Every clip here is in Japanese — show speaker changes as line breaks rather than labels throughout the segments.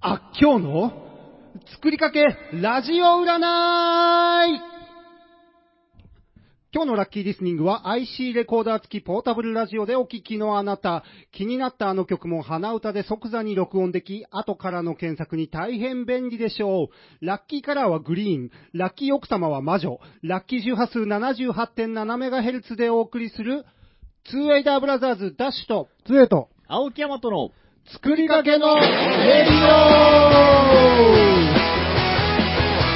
あ、今日の作りかけラジオ占い今日のラッキーリスニングは IC レコーダー付きポータブルラジオでお聞きのあなた。気になったあの曲も鼻歌で即座に録音でき、後からの検索に大変便利でしょう。ラッキーカラーはグリーン、ラッキー奥様は魔女、ラッキー周波数 78.7MHz でお送りする、ツーエイダーブラザーズダッシュと、
つえと、
青木山との、
作りかけのレディオ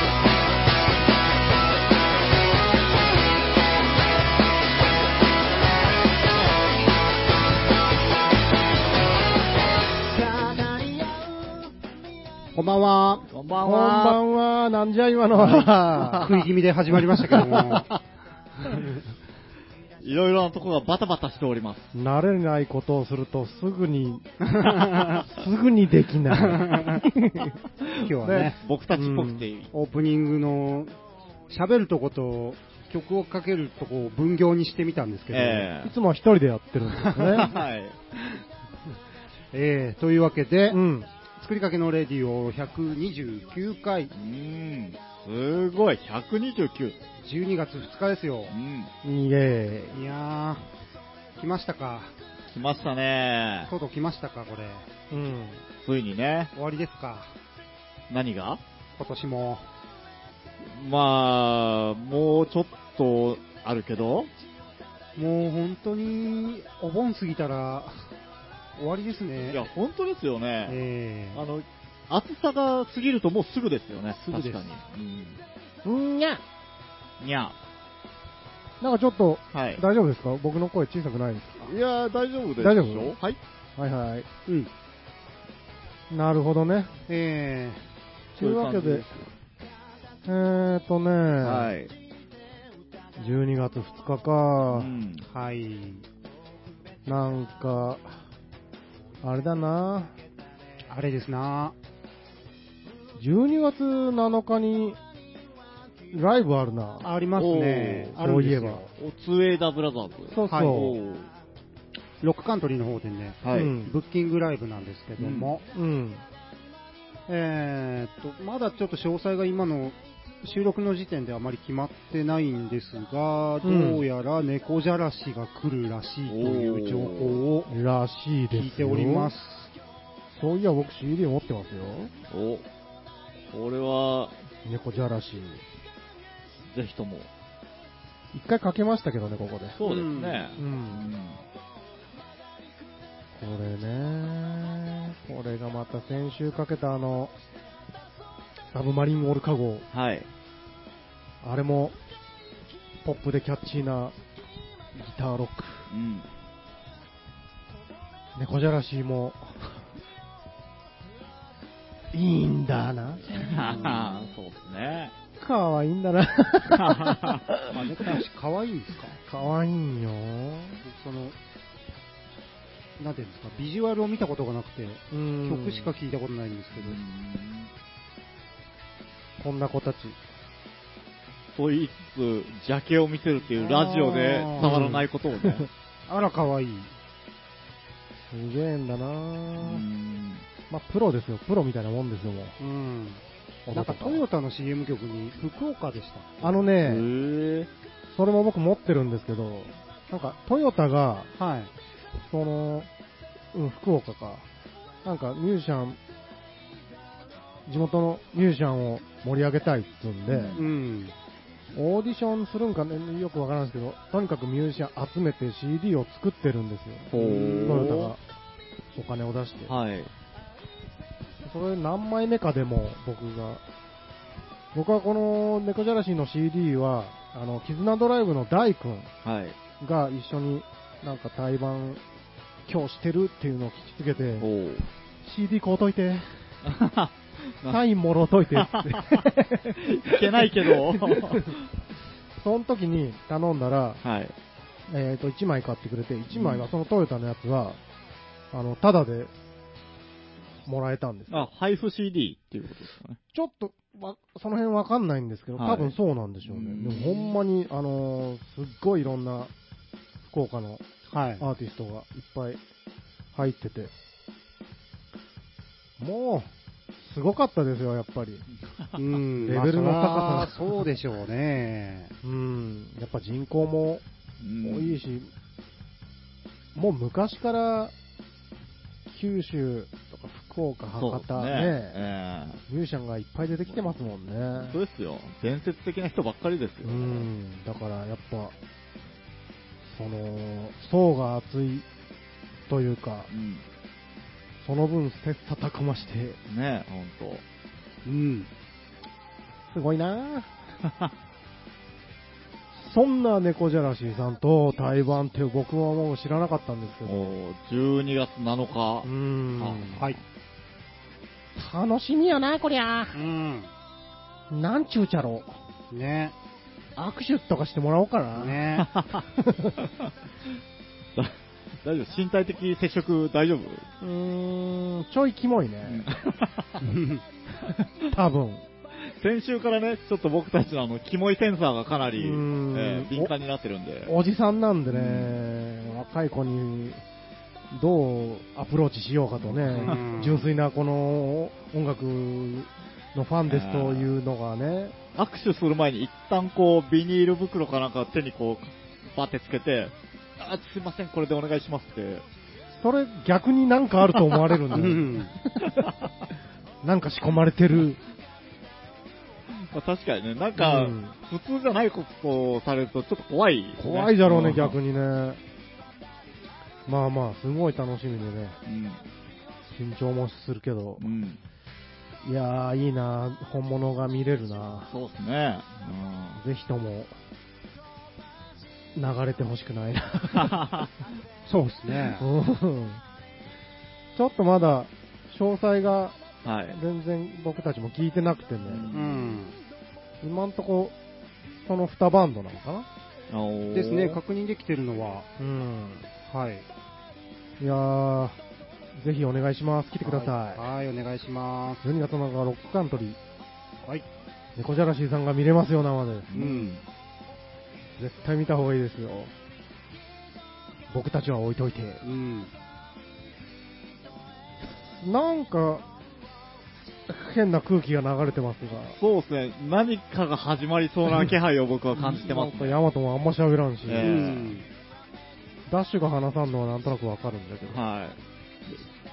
こんばんは。
こんば
こ
ん
んば
は。
んは、なんじゃ今のは。
食い気味で始まりましたけど も。
いろいろなところがバタバタしております。
慣れないことをするとすぐ に、すぐにできない。
今日はね
ね
僕たちっぽくて、
オープニングの喋るとこと曲をかけるとこを分業にしてみたんですけど、
え
いつもは一人でやってるんです
え
ね。
はい。
えーというわけで、
うん。
作りかけのレディオ129回
うーん、すごい、129。
12月2日ですよ
うん、
イエ
いやー来ましたか
来ましたね
と。うとう来ましたかこれ
ーイ。うん。
ついにね、
終わりですか
何が
今年も
まあ、もうちょっとあるけど、
もう本当にお盆過ぎたら終わりですね
いや、本当ですよね。
え
あの、暑さが過ぎるともうすぐですよね。
すぐです
確かに。
んにゃ
うん。にゃ。
なんかちょっと、
はい。
大丈夫ですか僕の声小さくないで
いやー、大丈夫です
大丈夫
はい。
すかはいはい。
ーうん
なるほどね。
え
というわけ
そうい
で
う、
えーとね、
はい。
12月2日
う
か、
ん。
ー、はい
なんか、あれだな
あれですな
12月7日にライブあるな。
ありますね
おー
あるんですよ
そうい
おツ
えば
エダブラザーズ。
そうそう。
はい
おー
ロックカントリーの方でね、
はい。
うん
ブッキングライブなんですけども、
うん。
えーっと、まだちょっと詳細が今の収録の時点であまり決まってないんですが、
うん
どうやら猫じゃらしが来るらしいという情報を
らしいですよ。
聞いております。。
そういや、僕 CD 持ってますよ。
お、これは、
猫じゃらし。
ぜひとも。
一回かけましたけどね、ここで。
そうですね。
う。
うんん
これね。これがまた先週かけたあの、サブマリンオールカゴ。
はい。
あれも、ポップでキャッチーなギターロック。
うん。
猫じゃらしも、 いいんだな。
そうですね。
かわいいんだな。
あ、猫じゃらし可愛いんですか
かわいいんよ。
その、なんていうんですか、ビジュアルを見たことがなくて、
うん
曲しか聞いたことないんですけど、
こんな子たち。
と言いつつ、ジャケを見せるっていうラジオで伝わらないことをね。
あら可愛い。
すげえんだな
うん
まあ、プロですよ。プロみたいなもんですよ、もう。
うん。なんかトヨタの CM 曲に福岡でしたっ
あの
へ
ね、
ー
それも僕持ってるんですけど、なんか、トヨタが、
け。はい。
その、うん、福岡か。なんか、ミュージシャン、地元のミュージシャンを盛り上げたいっつうんで、
うん
うん。
オーディションするんかね、よくわからんですけど、とにかくミュージシャン集めて CD を作ってるんですよ。
ほー
トヨタがお金を出して。
はい。
それ何枚目かでも僕が、僕はこの猫じゃらしの CD は、あの、絆ドライブの大君
はい。
が一緒になんか対バン今日してるっていうのを聞きつけて、
ほう。
CD 買うといて、サインもろうといてっ て。
いけないけど。
その時に頼んだら、
はい。
えー、と1枚買ってくれて、1枚はそのトヨタのやつは、あのただでもらえたんですよ
あ、配布 CD っていうことですかね。
ちょっとわその辺わかんないんですけど、
はい
多分そうなんでしょうね、
うん
でもほんまに、あのーすっごいいろんな福岡の
はい。
アーティストがいっぱい入ってて、もうすごかったですよ、やっぱり。
うん
レベルの高さ
まあそらそうでしょうね。
うん、やっぱ人口も
うん
多いし、もう昔から九州とか福岡、
そう
博
です
多
ね。
ね
え
ミュージシャンがいっぱい出てきてますもんね。
えそうですよ。伝説的な人ばっかりですよ。
うん、だからやっぱ、その、層が厚いというか、
うん
その分切磋琢磨して、
ねえ、ほんと。
うん。
すごいなぁそんな猫じゃらしさんと対バンって僕はもう知らなかったん ですけど、
おー12月7日
う。ん、
あ
はい。
楽しみやな、こりゃ。
うん。
なんちゅうちゃろ。
ね。
握手とかしてもらおうかな。
ね。
だ 大丈夫身体的接触大丈夫
うーん、ちょいキモいね。
うん
多分。
先週からね、ちょっと僕たちのあの、キモいセンサーがかなり、
うーん
えー敏感になってるんで。
おじさんなんでね、
う
若い子にどうアプローチしようかとね、
うん
純粋なこの音楽のファンですというのがね、
握手する前に一旦こう、ビニール袋かなんか手にこう、バってつけて、あ、すいません、これでお願いしますって。
それ逆になんかあると思われるん
う
だよ、
ん。
なんか仕込まれてる。
まあ、確かにね、なんか、
うん
普通じゃないことをされるとちょっと怖い、
怖いだろうね、逆
に。
にね。まあまあ、すごい楽しみでね、
うん。
緊張もするけど
う、ん。
いやー、いいな本物が見れるな
そうですね。
ぜひとも、流れてほしくないな。
そうですね。
うんちょっとまだ詳細が
うん。はい。
全然僕たちも聞いてなくてね、
うん。
今んとこその2バンドなのかな
おー
ですね、確認できてるのは。
うん
はい。
いやーぜひお願いします来てください、
はい、はいお願いします。
12月7日ロックカントリー
はい。
猫じゃらしさんが見れますよ生で
うん。
絶対見た方がいいですよ僕たちは置いといて
うん。
なんか変な空気が流れてますが
そうですね、何かが始まりそうな気配を僕は感じてます
なんか
ね。
ヤマトもあんま喋らんし、
う
ええ
ん。
ダッシュが話さんのはなんとなくわかるんだけど、
は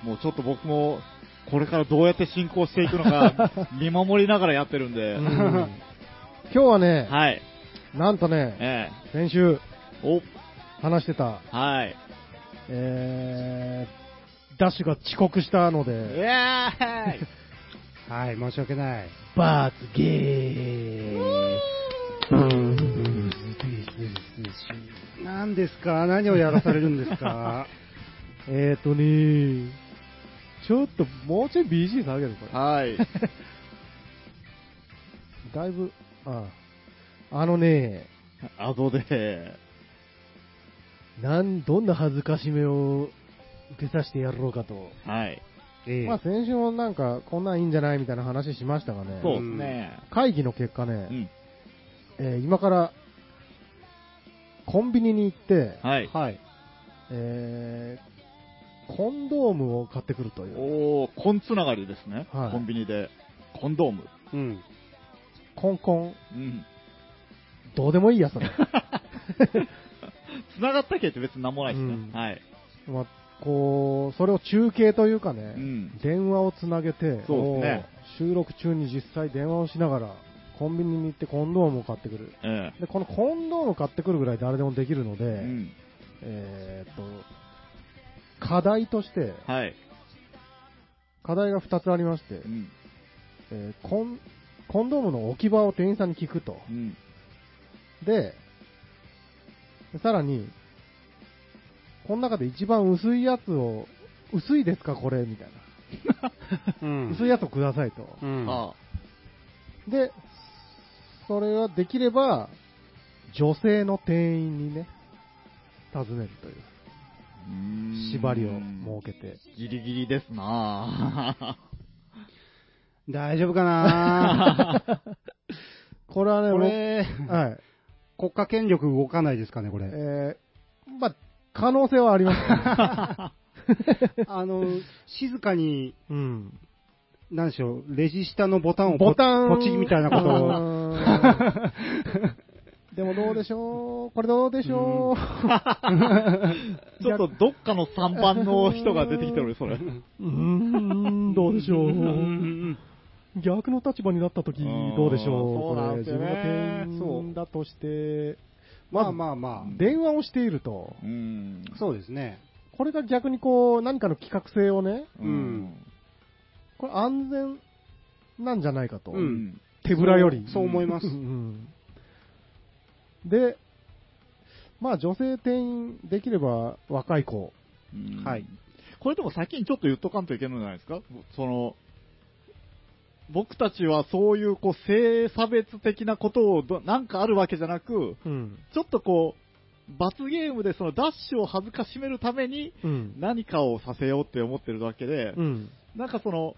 い。もうちょっと僕も、これからどうやって進行していくのか、見守りながらやってるんで
う、ん今日はね、
はい。
なんとね、
え
先週
えお、
話してた、
はい。
えー、ダッシュが遅刻したの
イ
で、
ェーイ
はい、申し訳ない。
罰ゲーム。うん
何ですか何をやらされるんですか
えーとね、ちょっともうちょい BG 下げるこれ。
はい。
だいぶ、あああのね、
あとで、
なん、どんな恥ずかしめを受けさせてやろうかと。
はい。
ええ
まあ先週もなんか、こんなんいいんじゃないみたいな話しましたがね。
そうですね。
会議の結果ね、
うん。
えー今から、コンビニに行って、
はい。
はい。
えーコンドームを買ってくるという。
おー、コンつながりですね。
はい
コンビニで。コンドーム。
うん。
コンコン。
うん。
どうでもいい や、それ。
つながったけって別になんもないです
う
ね。
ん
はい。
まあ、こう、それを中継というかね、
うん
電話をつなげて、
そうですね
こう収録中に実際電話をしながら、コンビニに行ってコンドームを買ってくる。
え
で、このコンドームを買ってくるぐらい誰でもできるので、
え。うん。
えーっと、課題として、
はい。
課題が2つありまして、
うん。
えーコンコンドームの置き場を店員さんに聞くと
う。ん。
で、さらに、この中で一番薄いやつを、薄いですかこれみたいな。
うん。
薄いやつをくださいと。
うん。
あ
で、それはできれば、女性の店員にね、尋ねるという
うーん
縛りを設けて。
ギリギリですな ぁ
大丈夫かな
これはね、
これ、
僕はい。
国家権力動かないですかね、これ。
えー、まあ、可能性は あります、ね、
あの、静かに
うん。
なんでしょう、レジ下のボタンをポ
ボタン
ポチみたいなことを。
でもどうでしょうこれどうでしょ
ちょっとどっかの3番の人が出てきてる、それ。
ううーん、どうでしょう逆の立場になった時どうでし
うんそ
ょう
うなんですよね
これ自分が店員だとして、
まあまあまあ、
電話をしていると。
うん。
そうですね。
これが逆にこう、何かの企画性をね、
うん
これ安全なんじゃないかと。
うん
手ぶらより。
そう思い ます
う。んで、まあ女性店員できれば若い子。
うん
はい。
これでも先にちょっと言っとかんといけないんじゃないですかその、僕たちはそういうこう性差別的なことをどなんかあるわけじゃなく、
うん。
ちょっとこう、罰ゲームでそのダッシュを恥ずかしめるために
うん。
何かをさせようって思ってるだけで、
うん。
なんかその、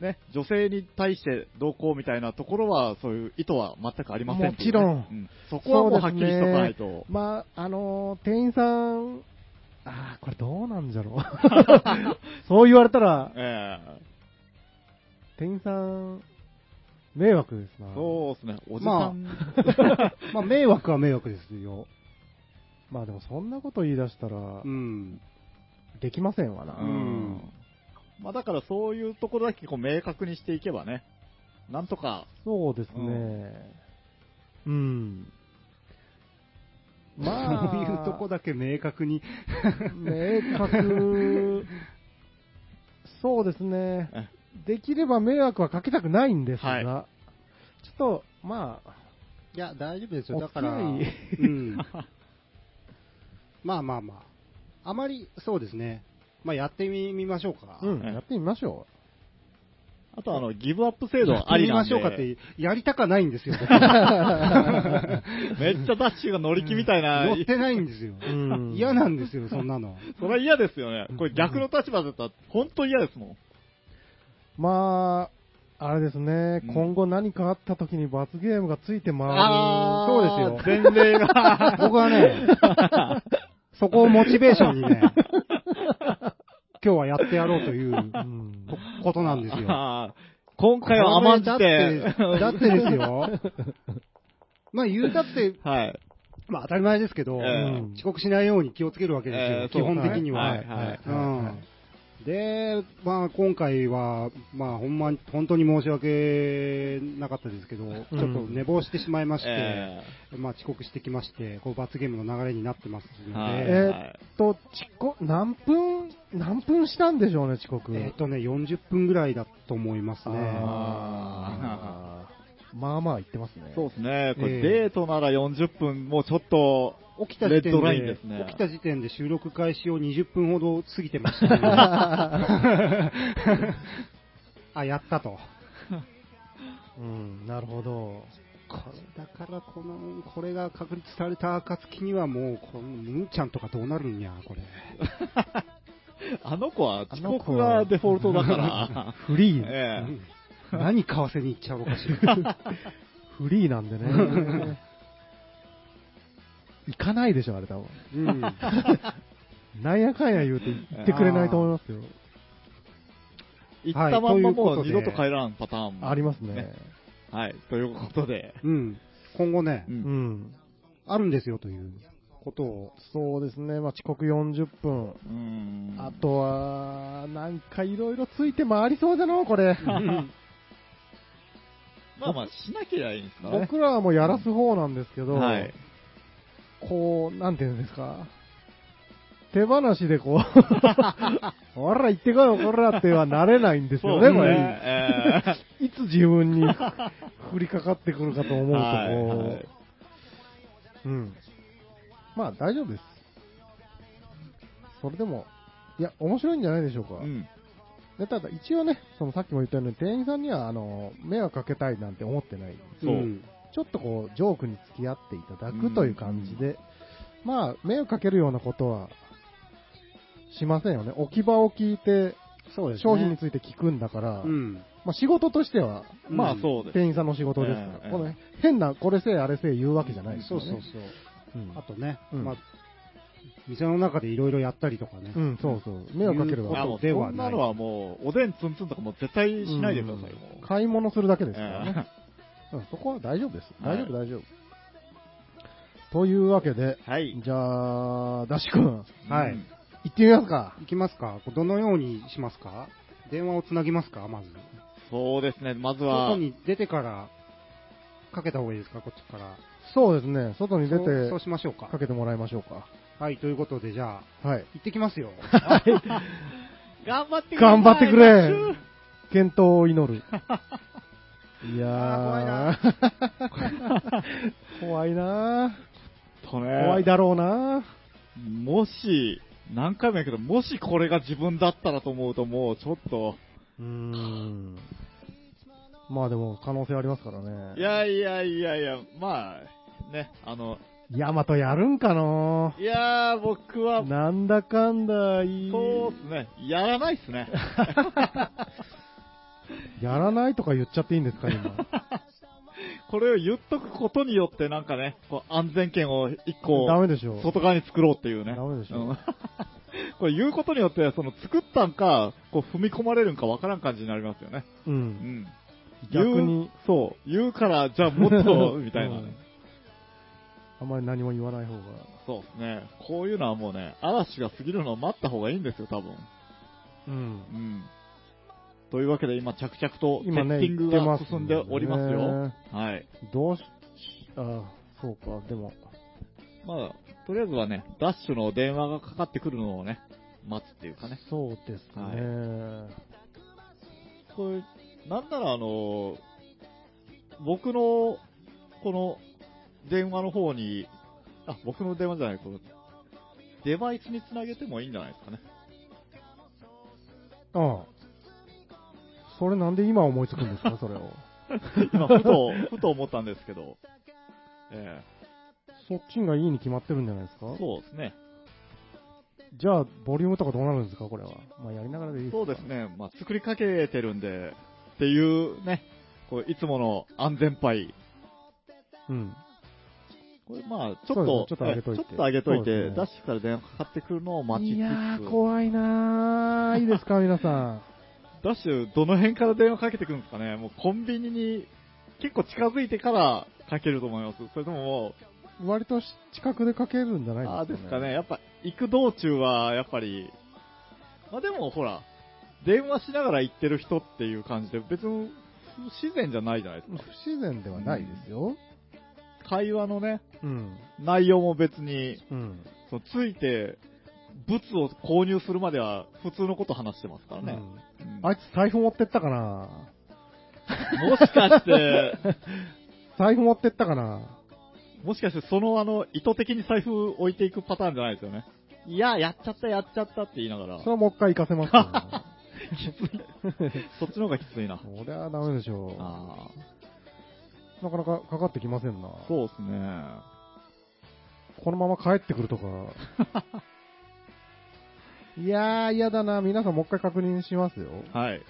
ね、女性に対してどうこうみたいなところは、そういう意図は全くありませんっていうね、
もちろん
うそこはもうはっきりしとかないと。
まあ、あのー店員さん、ああ、これどうなんじゃろう。 そう言われたら、
え
店員さん、迷惑ですな
え。そうですね、おじさん。
まあ、迷惑は迷惑ですよ。
まあでもそんなこと言い出したら
う、ん。
できませんわな。
うん
ん
まあだからそういうところだけこう明確にしていけばね、なんと か、
そうですね。うん。まあ、
そういうとこだけ明確に。
明確、そうですね。できれば迷惑はかけたくないんですが、
はい
ちょっと、まあ、
いや、大丈夫ですよ。
お
だ
付き
か
合
ら、
い
うん。まあまあまあ。あまり、そうですね。まあ、やってみみましょうか。
うん、
はい
やってみましょ
あとあの、ギブアップ制度はあり
や
な
っ
ん
て
で
みましょうかって、やりたかないんですよ。 僕
めっちゃダッシュが乗り気みたいな、
乗ってないんですよ。
う。うん
嫌なんですよ、そんなの。
それは嫌ですよね。これ逆の立場だったら、本当嫌ですもん。
まあ、あれですね、
うん
今後何かあった時に罰ゲームがついて回る。
あー
そうですよ。
前例が。
僕はね、そこをモチベーションにね、 今日はやってやろうという
うん
こことなんですよ。
あー 今回は甘んじ
こ
て
れ、だって、だってですよ。まあ言うたって、
はい。
まあ当たり前ですけど、
え
ー
遅刻しないように気をつけるわけですよ、
えーそ
基
う
本的には。
はいはい
うん
は
で、まあ今回は、まあほんまに、本当に申し訳なかったですけど、ちょっと寝坊してしまいまして、
え
まあ遅刻してきまして、こう罰ゲームの流れになってますので、
はい
えーっと、遅刻、何分、何分したんでしょうね、遅刻。
えっとね、40分ぐらいだと思いますね。
あーまあまあ言ってますね。
そうですね。こ
ええ
れデートなら40分、もうちょっと、
起きた時
レッ
点
ド
で
ラインですね
起きた時点で収録開始を20分ほど過ぎてました けど、あ、やったと。
うん、なるほど。
これだからこの、これが確立された暁にはもう、このムーちゃんとかどうなるんや、これ。
あの子は
あ
遅
の子
刻
は
がデフォルトだから。
フリー、
ええ
何買わせに行っちゃおうかしら。
フリーなん でね。行かないでしょ、あれ多分。
うん
なんやかんや言うて行ってくれないと思いますよ。
行ったまんま
はい
も
ということ
う
で
二度と帰らんパターンも
ありますね
ね。はい、ということで。
うん。今後ね
う、
うんん。
あるんですよということを。
そうですね、まあ、遅刻40分。
うん
あとは、なんかいろいろついて回りそうだな、これ。
まあまあ、しなきゃいいんですかね。
僕らはもうやらす方なんですけど、
はい。
こう、なんていうんですか。手放しでこう、ほら行ってこいよ、ほらってはなれないんですよね、
そう
こ
です
れ。
ね。え
いつ自分に降りかかってくるかと思うと、こう、
はいはい
うん。まあ大丈夫です。それでも、いや、面白いんじゃないでしょうか。
えうん
でただ、一応ね、そのさっきも言ったように、店員さんには、あの、迷惑かけたいなんて思ってない。
そうん
ちょっとこう、ジョークに付き合っていただくという感じで、まあ、迷惑かけるようなことは、しませんよね。置き場を聞いて、
そうですね。
商品について聞くんだから、
うん。
まあ仕事としては、
うん
まあそうです。
店員さんの仕事ですから、
ええ
この変なこれせえあれせえ言うわけじゃないです
そ
よ
う
ね
そうそう。
うん
あとね、
うん
まあ、店の中でいろいろやったりとかね。
うん、そうそう。迷惑かける
こと
わ。
あもう
で
そ
は
ん
ない
なのはもう、おでんつんつんとかもう絶対しないでください、
う
も
ん
う。
買い物するだけですからね。
え
うん、そこは大丈夫です。
は
大
い
丈夫、大丈夫。というわけで、
えはい。
じゃあ、ダッシュ君、行
はい
うん
ってみますか。
いきますかどのようにしますか電話をつなぎますかまず。
そうですね、まずは
外、に出てから、かけた方がいいですかこっちから。
そうですね、外に出
そうそう
て
しましょうか
か。けてもらいましょうか。
はい、ということで、じゃあ、
はい。
行ってきますよ。
頑張ってくれ
頑張ってくれ健闘を祈 る。いや
あ
ー、 怖いな
とね、
ー怖いだろうな
もし、何回もやけど、もしこれが自分だったらと思うと、もうちょっと、
ーうーん。まあでも、可能性ありますからね。
い、やいやいやいや、まあ、ね、あの、
ヤマトやるんかない
やー、僕は、
なんだかんだいい。
そうですね、やらないっすね。
やらないとか言っちゃっていいんです か、今。
これを言っとくことによって、なんかね、こう安全圏を一個、
ダメでしょ。
外側に作ろうっていうね。
ダメでしょ
うん これ言うことによって、その作ったんか、こう踏み込まれるんかわからん感じになりますよね。
う。
うんん。
逆
言う
に、
そう。言うから、じゃあもっ と、みたいな、
うんあんまり何も言わない方が。
そうですね。こういうのはもうね、嵐が過ぎるのを待った方がいいんですよ、多分。
うん
うん。というわけで今着々とセ
今ね
ッティングが進んでおります
言って
よ。
ますね
はい。
どうし、あそうか、でも、
まあ、とりあえずはね、ダッシュの電話がかかってくるのをね、待つっていうかね。
そうですね。
これ、なんならあの、僕の、この、電話の方に、あ、僕の電話じゃない、この、デバイスにつなげてもいいんじゃないですかね。
ああ。それなんで今思いつくんです か、それを。
今、ふ と、ふと思ったんですけど。え
そっちがいいに決まってるんじゃないですか
えそうですね。
じゃあ、ボリュームとかどうなるんですか、これは。まあ、やりながらでいい
そうですね。まあ、作りかけてるんで、っていうね、こういつもの安全パイ。
うん。
これまあ、ち
そ
ょ
う
っと、
ですねちょっと上げといて
ええちょっと上げといて、
そうですね
ダッシュから電話かかってくるのを待ちつつ、
いやー、怖いなー。いいですか、皆さ
ダッシュ、どの辺から電話かけてくるんですかねもうコンビニに結構近づいてからかけると思います。それともも
ん。割とし近くでかけるんじゃ
う、
ない
ああー
で
ですす
か
か
ね。
ね。やっぱ、行く道中は、やっぱり、まあでもほら、電話しながら行ってる人っていう感じで、別に不自然じゃないじゃないですか。
不自然ではないですよ。
会話のね、
うん。
内容も別に、
うん。
そのついて、物を購入するまでは普通のこと話してますから
う
ね。
ん
うん
あいつ財布持ってったかな
もしかして、
財布持ってったかな
もしかしてそのあの、意図的に財布置いていくパターンじゃないですよね。いや、やっちゃった、やっちゃったって言いながら、
それはもう一回行かせますよ。
そっちの方がきついな。
そりゃダメでしょ
あ
う。なかなかかかってきませんな。
あ、そうですね。
このまま帰ってくる とか。いやー、嫌だな。皆さんもう一回確認しますよ。
はい。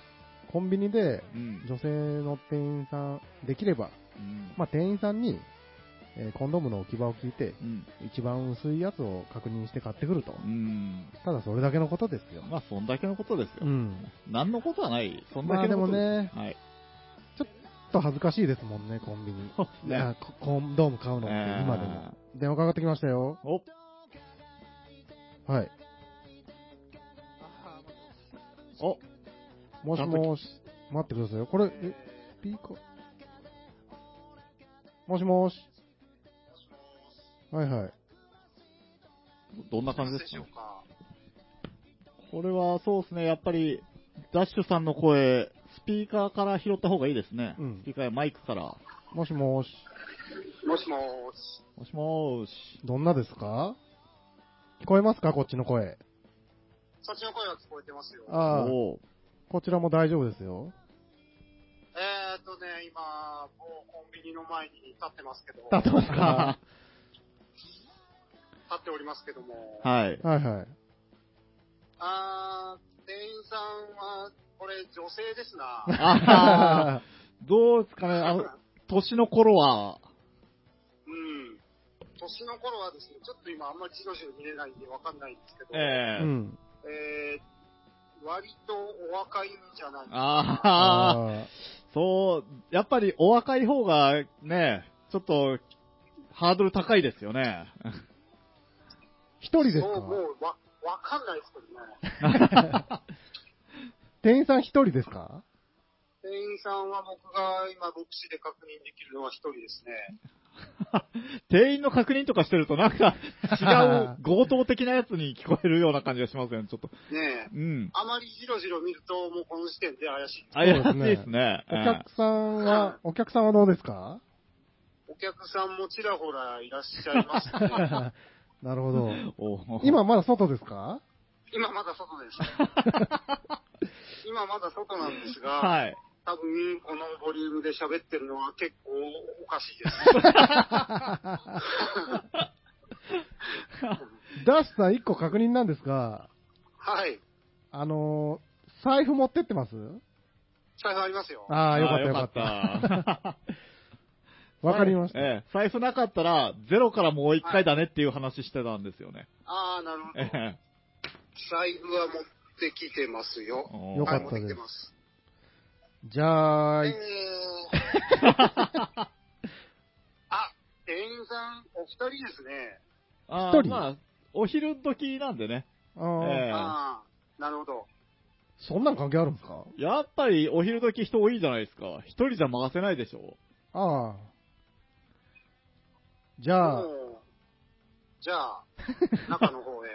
コンビニで
うん。
女性の店員さん、できれば、
うん。
まあ、店員さんに、えーコンドームの置き場を聞いて、
うん。
一番薄いやつを確認して買ってくると。
うん。
ただそれだけのことですよ。
まあ、そんだけのことです
う
よ。
ん。
何のことはない。そんだけのこと
まあでもね
すはい。
ちょっと恥ずかしいですもんね、コンビニ。
そうですね
いやココンドーム買うのって今でも。電話かかってきましたよ。
えーお、
はい。
お、
もしもし、待ってくださいよ。これ、え、スピーカーもしもし。はいはい。
どんな感じ
で
です
し
か
ょうか
これはそうですね、やっぱり、ダッシュさんの声、スピーカーから拾った方がいいですね。
うん
スピーカーやマイクから。
もしもし。
もしもーし。
もしもーし。
どんなですか聞こえますかこっちの声。
そっちの声は聞こえてますよ。
ああ、
おー
こちらも大丈夫ですよ。
えーっとね、今、もうコンビニの前に立ってますけど、
立
立
ってますか
っておりますけども、
はい。
はい はい。
あー、店員さんは、これ女性ですな。
あーどうですかね、あの、年の頃は、
うん。年の頃はですね、ちょっと今あんまり自動車見れないんでわかんないんですけど、え
ええ
うん。
ー割とお若いんじゃないですか。
ああ、そう、やっぱりお若い方がね、ちょっと、ハードル高いですよね。
一人ですか
もう、もうわ、わかんないですけどね。
店員さん一人ですか
店員さんは僕が今、牧師で確認できるのは一人ですね。
店員の確認とかしてるとなんか違う強盗的なやつに聞こえるような感じがしますよね、ちょっと。
ねえ。
うん。
あまりじろじろ見ると、もうこの時点で怪しい。
怪しいですね。
お客さんは、お客さんはどうです か
お客さんもちらほらいらっしゃいます ね。
なるほど。
おー、
今まだ外ですか
今まだ外です。 今まだ外なんですが、
はい。
多分このボリュームで喋ってるのは結構おかしいです。
ダッシュさん一個確認なんですが、
はい。
あのー財布持ってってます
財布ありますよ。
ああ、よかったよかった。
た。
わかりました。
ええ、財布なかったら、ゼロからもう一回だねっていう話してたんですよね。
ああ、なるほど。
ええ
財布は持ってきてますよ。
おー
よかった
はい、持ってきてます。
じゃあ、
え
い
ー、 あ、店員さん、お二人ですね。
あ
一
ー
人
まあ、お昼時なんでね。
あー
ええ
ああ、なるほど。
そんなん関係あるんですか
やっぱりお昼時人多いじゃないですか。一人じゃ回せないでしょ。
ああ。じゃあ、
もうじゃあ、中の 方へ、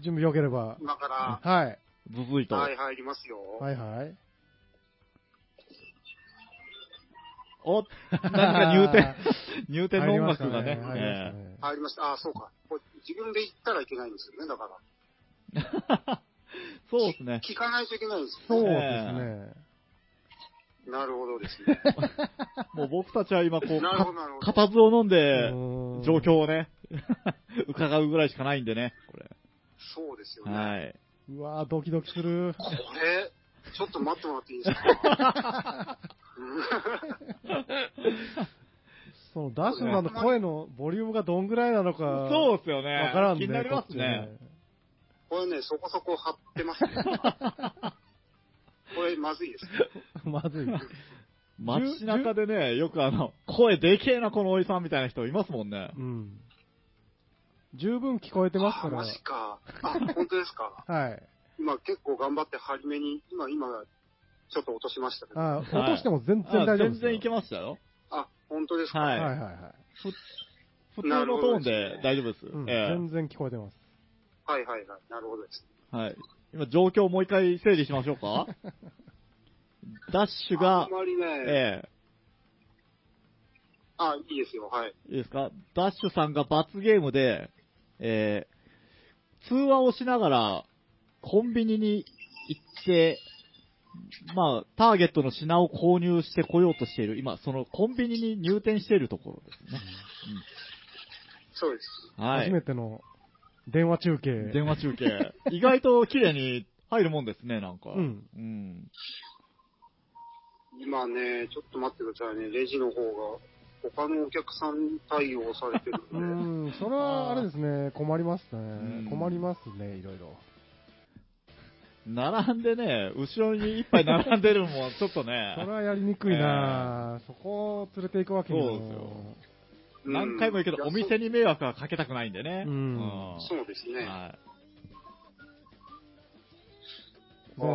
準備良ければ。
今か
はい。
ずずいと。
ら、はい、入りますよ。
はいはい。
お、何か入 店、入店の音楽がね。
入りましたね
入りました。ああ、そうか。これ自分で行ったらいけないんですよね、だから。
ええそうですね。
聞かないといけないんです
そう
よ
で
ね。
すね。
なるほどですね。
もう僕たちは今こう、
なるほど、なるほど。
固唾を飲ん
う
で、
ーん
状況をね、 伺うぐらいしかないんでね、これ。
そうですよね。
はい。
うわードキドキする。
これ、ちょっと待ってもらっていいですか
そのダッシュさんの声のボリュームがどんぐらいなのか、
そうですよね。
わからんね。
気になりますね。
これね、そこそこ張ってますね。これ、まずいですね。
こっちね。 まずい。
街中でね、よくあの、声でけえな、このおじさんみたいな人いますもんね。
うん。十分聞こえてます
あ
から。
マジか。あ、本当ですか。
はい。
今、結構頑張って張り目に、今、今、ちょっと落としましたけど。あ、
あー落としても全然
あ
大丈夫
全然いけ
ま
ましたよ。
本当ですか。
はいは
はいい。
はい。
普通のトーンで大丈夫です。
うん
え
全然聞こえてます。
はいはいはい。なるほどです。
えはい。今、状況をもう一回整理しましょう か。ダッシュが
あん、まりね、
え
あ、いいですよ。はい。
えいいですかダッシュさんが罰ゲームで、ええ通話をしながら、コンビニに行って、まあ、ターゲットの品を購入してこようとしている。今、そのコンビニに入店しているところですね。
そうです。
は
初
い。
めての電話中継。
電話中継。意外と綺麗に入るもんですね、なんか。
うん。
うん。
今ね、ちょっと待ってくださいね。レジの方が、他のお客さん対応されて る
うん
で。
ん、それはあれですね、困ります
ん
ね。困りますね、いろいろ。
並んでね、後ろに一杯並んでるのも、ちょっと ね
それ、はやりにくいなぁそこを連れて行くわけにも
そうですよ何回も言うけど、
うん
お店に迷惑はかけたくないんでね。
うん
う
そうですね。あ
はい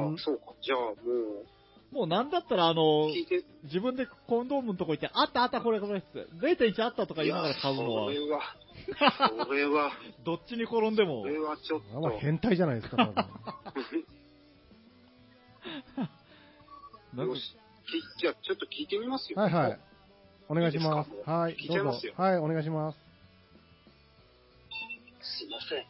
全
そうか。じゃあも
もうなんだったら、あの
う、、聞いて、
自分でコンドームのとこ行って、あったあった、これこれっつって、0.1あったとか
い
言い
や
ながら買うのは
そ、れ は、それは、
どっちに転んでも
そ、れはちょっ
あんま
と。
変態じゃないですか、多分
なん
よ
か
し。きじゃあちょっと聞いてみますよ。
はいはい。お願いしま
いいです
す。
か
はい
聞、いちゃ
ど
いうます
ぞ
よ。
はい、お願いします。
すいません。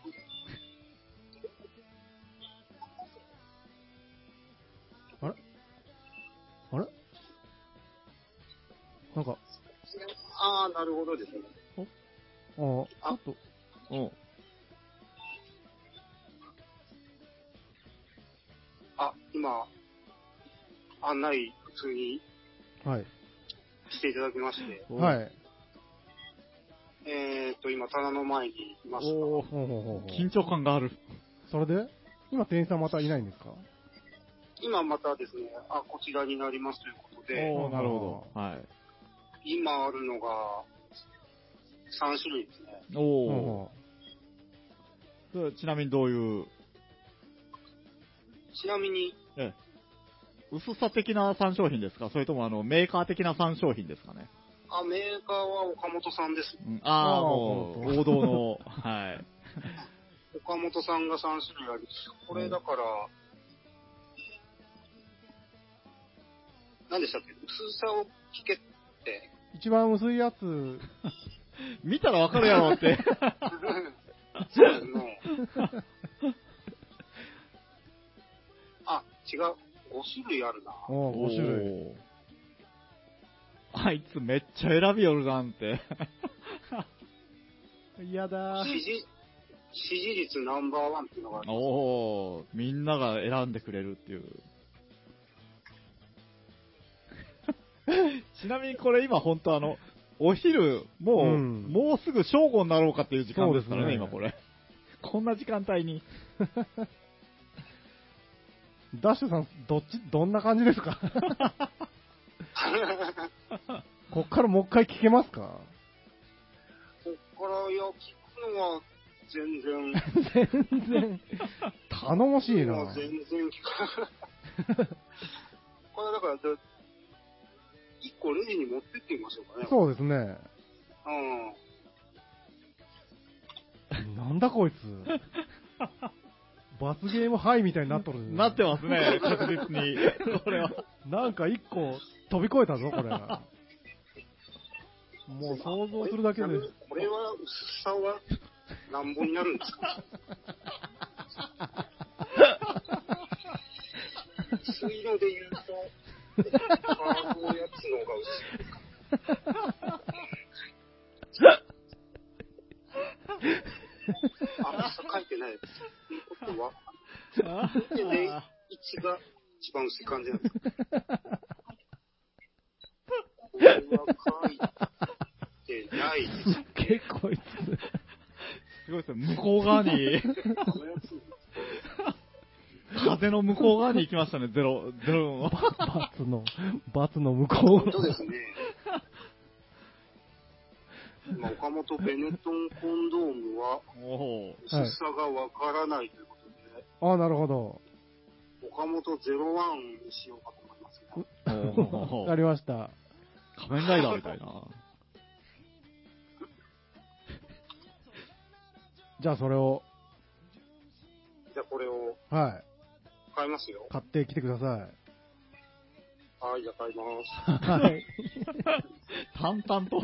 あれなんか、
ああ、なるほどですね。
あー
あ
ちょっ
うん。。
あ、今、案内、普通に
と、はい。
していただきまして。
はいい。
えー、と、今、棚の前にいますが。
おー
ほうほうほうほう
緊張感がある。
それで今店員さんまたいないんですか
今またですね、あ、こちらになりますということで、
おーなるほど。はい。
今あるのが、3種類ですね。
ほう
おお。
ほ
それちなみにどういう、
ちなみに、
薄さ的な3商品ですかそれともあの、メーカー的な3商品ですかね
あ、メーカーは岡本さんです。
うんあ
あ
あ、
ー
も
なる
う、王道の、はい。
岡本さんが3種類あります。これだから、何でしたっけ薄さを聞けって。
う一番薄いやつ、
見たらわかるやろ って。
そうですね。 あ、違う。5種類あるな。
お5種類。
おー。あいつめっちゃ選びよるなんて。
嫌だ
支持、支持率ナンバーワンっていうのがある。
おお、みんなが選んでくれるっ ていう。ちなみにこれ今本当あの、お昼、もう、
うん
もうすぐ正午になろうかっていう時間ですから
そう
ね、
です
今
ね
これ。こんな時間帯に。
ダッシュさん、どっち、どんな感じですか こっからもう一回聞けますか
こっから、いや、聞くのは全然、
全然。頼もしい
もう
な。
全然聞かない。これだから、1個レジに持ってってみましょうかね。
そうですね。
うん。
なんだ こいつ。罰ゲームハイみたいになっとる、
なってますね、確実に。 これは。
なんか一個飛び越えたぞ、これ。もう想像するだけで。
これは薄さはなんぼになるんですか薄いので言うと、ハードのやつの方が薄い。 あ、薄さ書いてないです。ということは、で、レイ1が一番薄い感じなんですかこれは書いてないですね。
結構いつ。
すごいですね、向こう側に、
このやつ
風の向こう側に行きましたね、ゼロ、ゼロの。
罰の、罰の向こ
本当ですね。まあ岡本ベネトンコンドームは
おー
薄さがわからないということで、
う。ああ、なるほど。
岡本ゼロワンにしようかと思いますが、
お
あ
ー
りました。
仮面ライダーみたいな。
じゃあそれを、
じゃあこれを
は
買いますよ
い、。買ってきてください。
はい、じゃあ買います。
はい。
淡々と。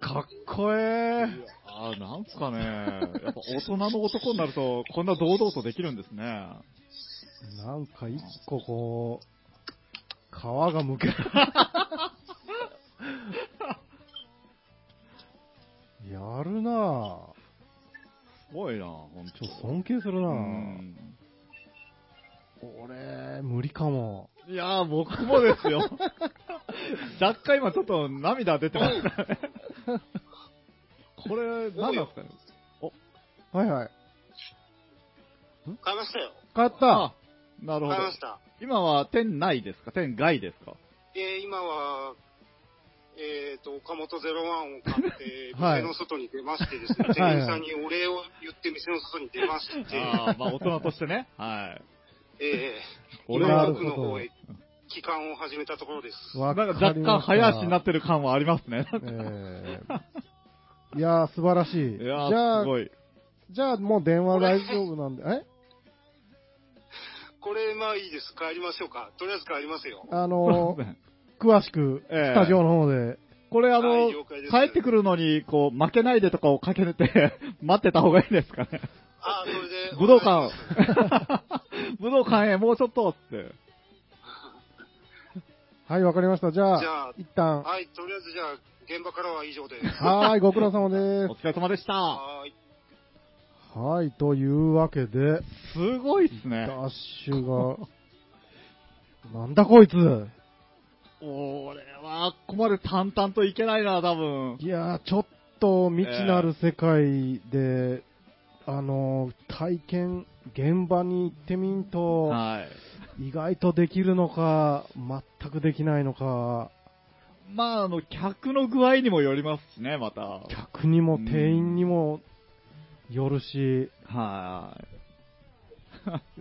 かっこええ。
ああ、なんすかね。やっぱ大人の男になると、こんな堂々とできるんですね。
なんか一個こう、皮がむけ る。やるなぁ。
すごいな、ほん
ちょ
と。
尊敬するな
う
ぁ。
ん
俺、無理かも。
いやー、僕もですよ。 若干今ちょっと涙出てますからね。 これ、何なんですかね。
はいはい。
買いましたよ。
買った
あなる
買
ほ
い
ど。
ました。
今は店内ですか店外ですか
えー、今は、えー、と、岡本ゼロワンを買 って、
はい
店の外に出ましてですね、
はい
店員さんにお礼を言って店の外に出まして、
ああ、まあ大人としてね。はい。
えー、
俺
な
今
は、
るほ
奥
ど
の方へ帰還を始めたところです。
わ。
なんか若干早足になっててる感はありますね。
え えいやー、素晴らしい。
いや
じゃ
ー、
あ
す、ごい。
じゃあもう電話大丈夫なんで、え
これ、まあいいです。帰りましょうか。とりあえず帰りますよ。
あのー、詳しく、
ええ
スタジオの方で。
これあ
は
の
い了解で、す
帰ってくるのに、こう、負けないでとかをかけて、 待ってた方がいいですかね。
あ、それで。
武道館、 武道館へもうちょっとって。
はい、わかりました。じ
じゃ
ゃあ
あ、
一旦。
はい、とりあえずじゃあ、現場からは以 上です。
はーい、ご苦労様で
お疲れ様でした。
はーい。
す。はい、というわけで、
すごいっすね。
ダッシュが、なんだこいつ
俺はあー、ここまで淡々といけないな、多分。
いやー、ちょっと未知なる世界で、あのー体験、現場に行ってみんと、
はい。
意外とできるのか、全くできないのか、
まあ、あの、客の具合にもよりますしね、また。はい、
客にも店員にもよるし、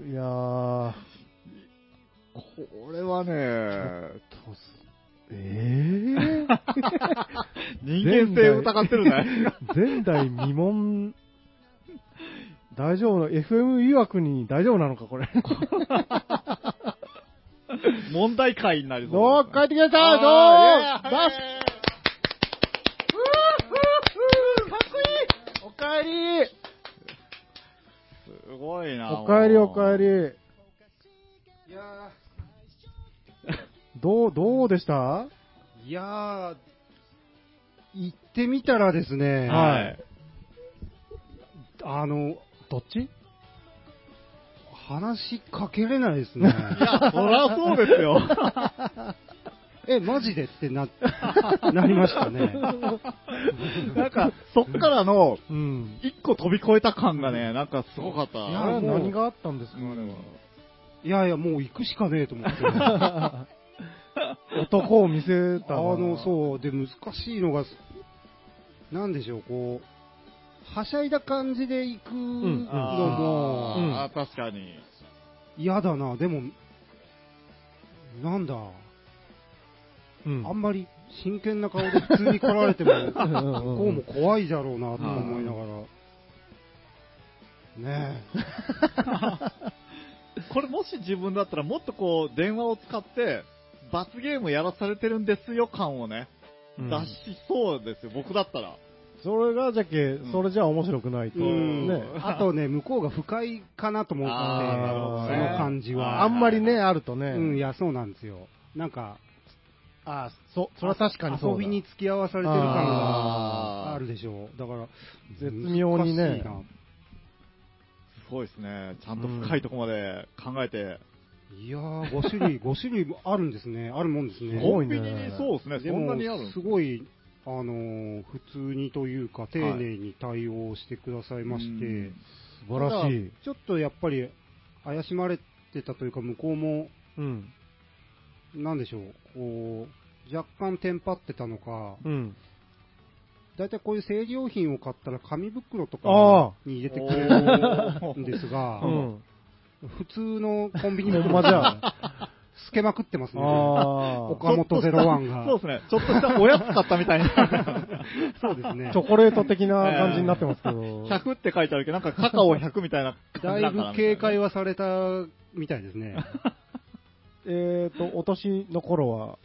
いやー、
これはね、
とす えー、
人間性疑ってる ね。
前代未聞、大丈夫な、FM 曰くに大丈夫なのか、これ。
問題解になりそう。
どう帰ってきました
あ
どう
ーイエーイ
バスかっこいいおかえり
すごいな。
おかえり
もう
おかえ。り。
いや
どう、どうでした
ー、いやー、行ってみたらですね、
はい。
あの、
どっち
話しかけれないです ね。
いや、そりゃそうですよ。
え、マジでってな、なりました ね。
なんか、そっからの、
うん。
一個飛び越えた感がね、なんかすごかった。
いや
あれは何があったんですか、
うん
いやいや、もう行くしかねえと思って。
あれは。男を見せた
あ
な
の、そう、で、難しいのが、なんでしょう、こう、はしゃいだ感じで行くの
あー
も、
あー、確かに。
嫌だな、でも、なんだ、
うん。
あんまり真剣な顔で普通に来られても、
うんうんうん
向こうも怖いだろうな、と思いながら。ねえ。
これもし自分だったらもっとこう、電話を使って、罰ゲームやらされてるんですよ感をね、
うん
出しそうですよ、僕だったら。
それが、じゃけ、それじゃ面白くないと。
うん
ね。
あとね、向こうが不快かなと思って、
あ
ーなるほどね
その感じは。
あんまりね、あるとね。
うん、いや、そうなんですよ。なんか、
あそ、それは確かにそうだ。
遊びに付き合わされてる感
あー
があるでしょう。だから、
絶妙にね
難しいな
すごいですね。ちゃんと深いとこまで考えて。
いやー、5種類、5種 類もあるんですね。あるもんですね。
すご
コ
い
ン
ね
ビニにそうですね、
で
そん
も
なにあるんです
すごい、あのー普通にというか、丁寧に対応してくださいまして、
うん
素晴らしい。
ちょっとやっぱり、怪しまれてたというか、向こうも、
うん。
なんでしょう、こう、若干テンパってたのか、
うん。
大体こういう生理用品を買ったら紙袋と
あ
かに入れてくれるんですが、
うん。
普通のコンビニ
ほ
も
んまじゃあ。
透けまくってますね。
あー
岡本01が。
そうですね、ちょっとしたおやつ買ったみたいな。
そうですね
チ。ョコレート的な感じになってますけど。
100って書いてあるけど、なんかカカオ100みたいな
だ
感じ
い
なんかな
ぶ警戒はされたみたいですね。
えっ、と、お年の頃は、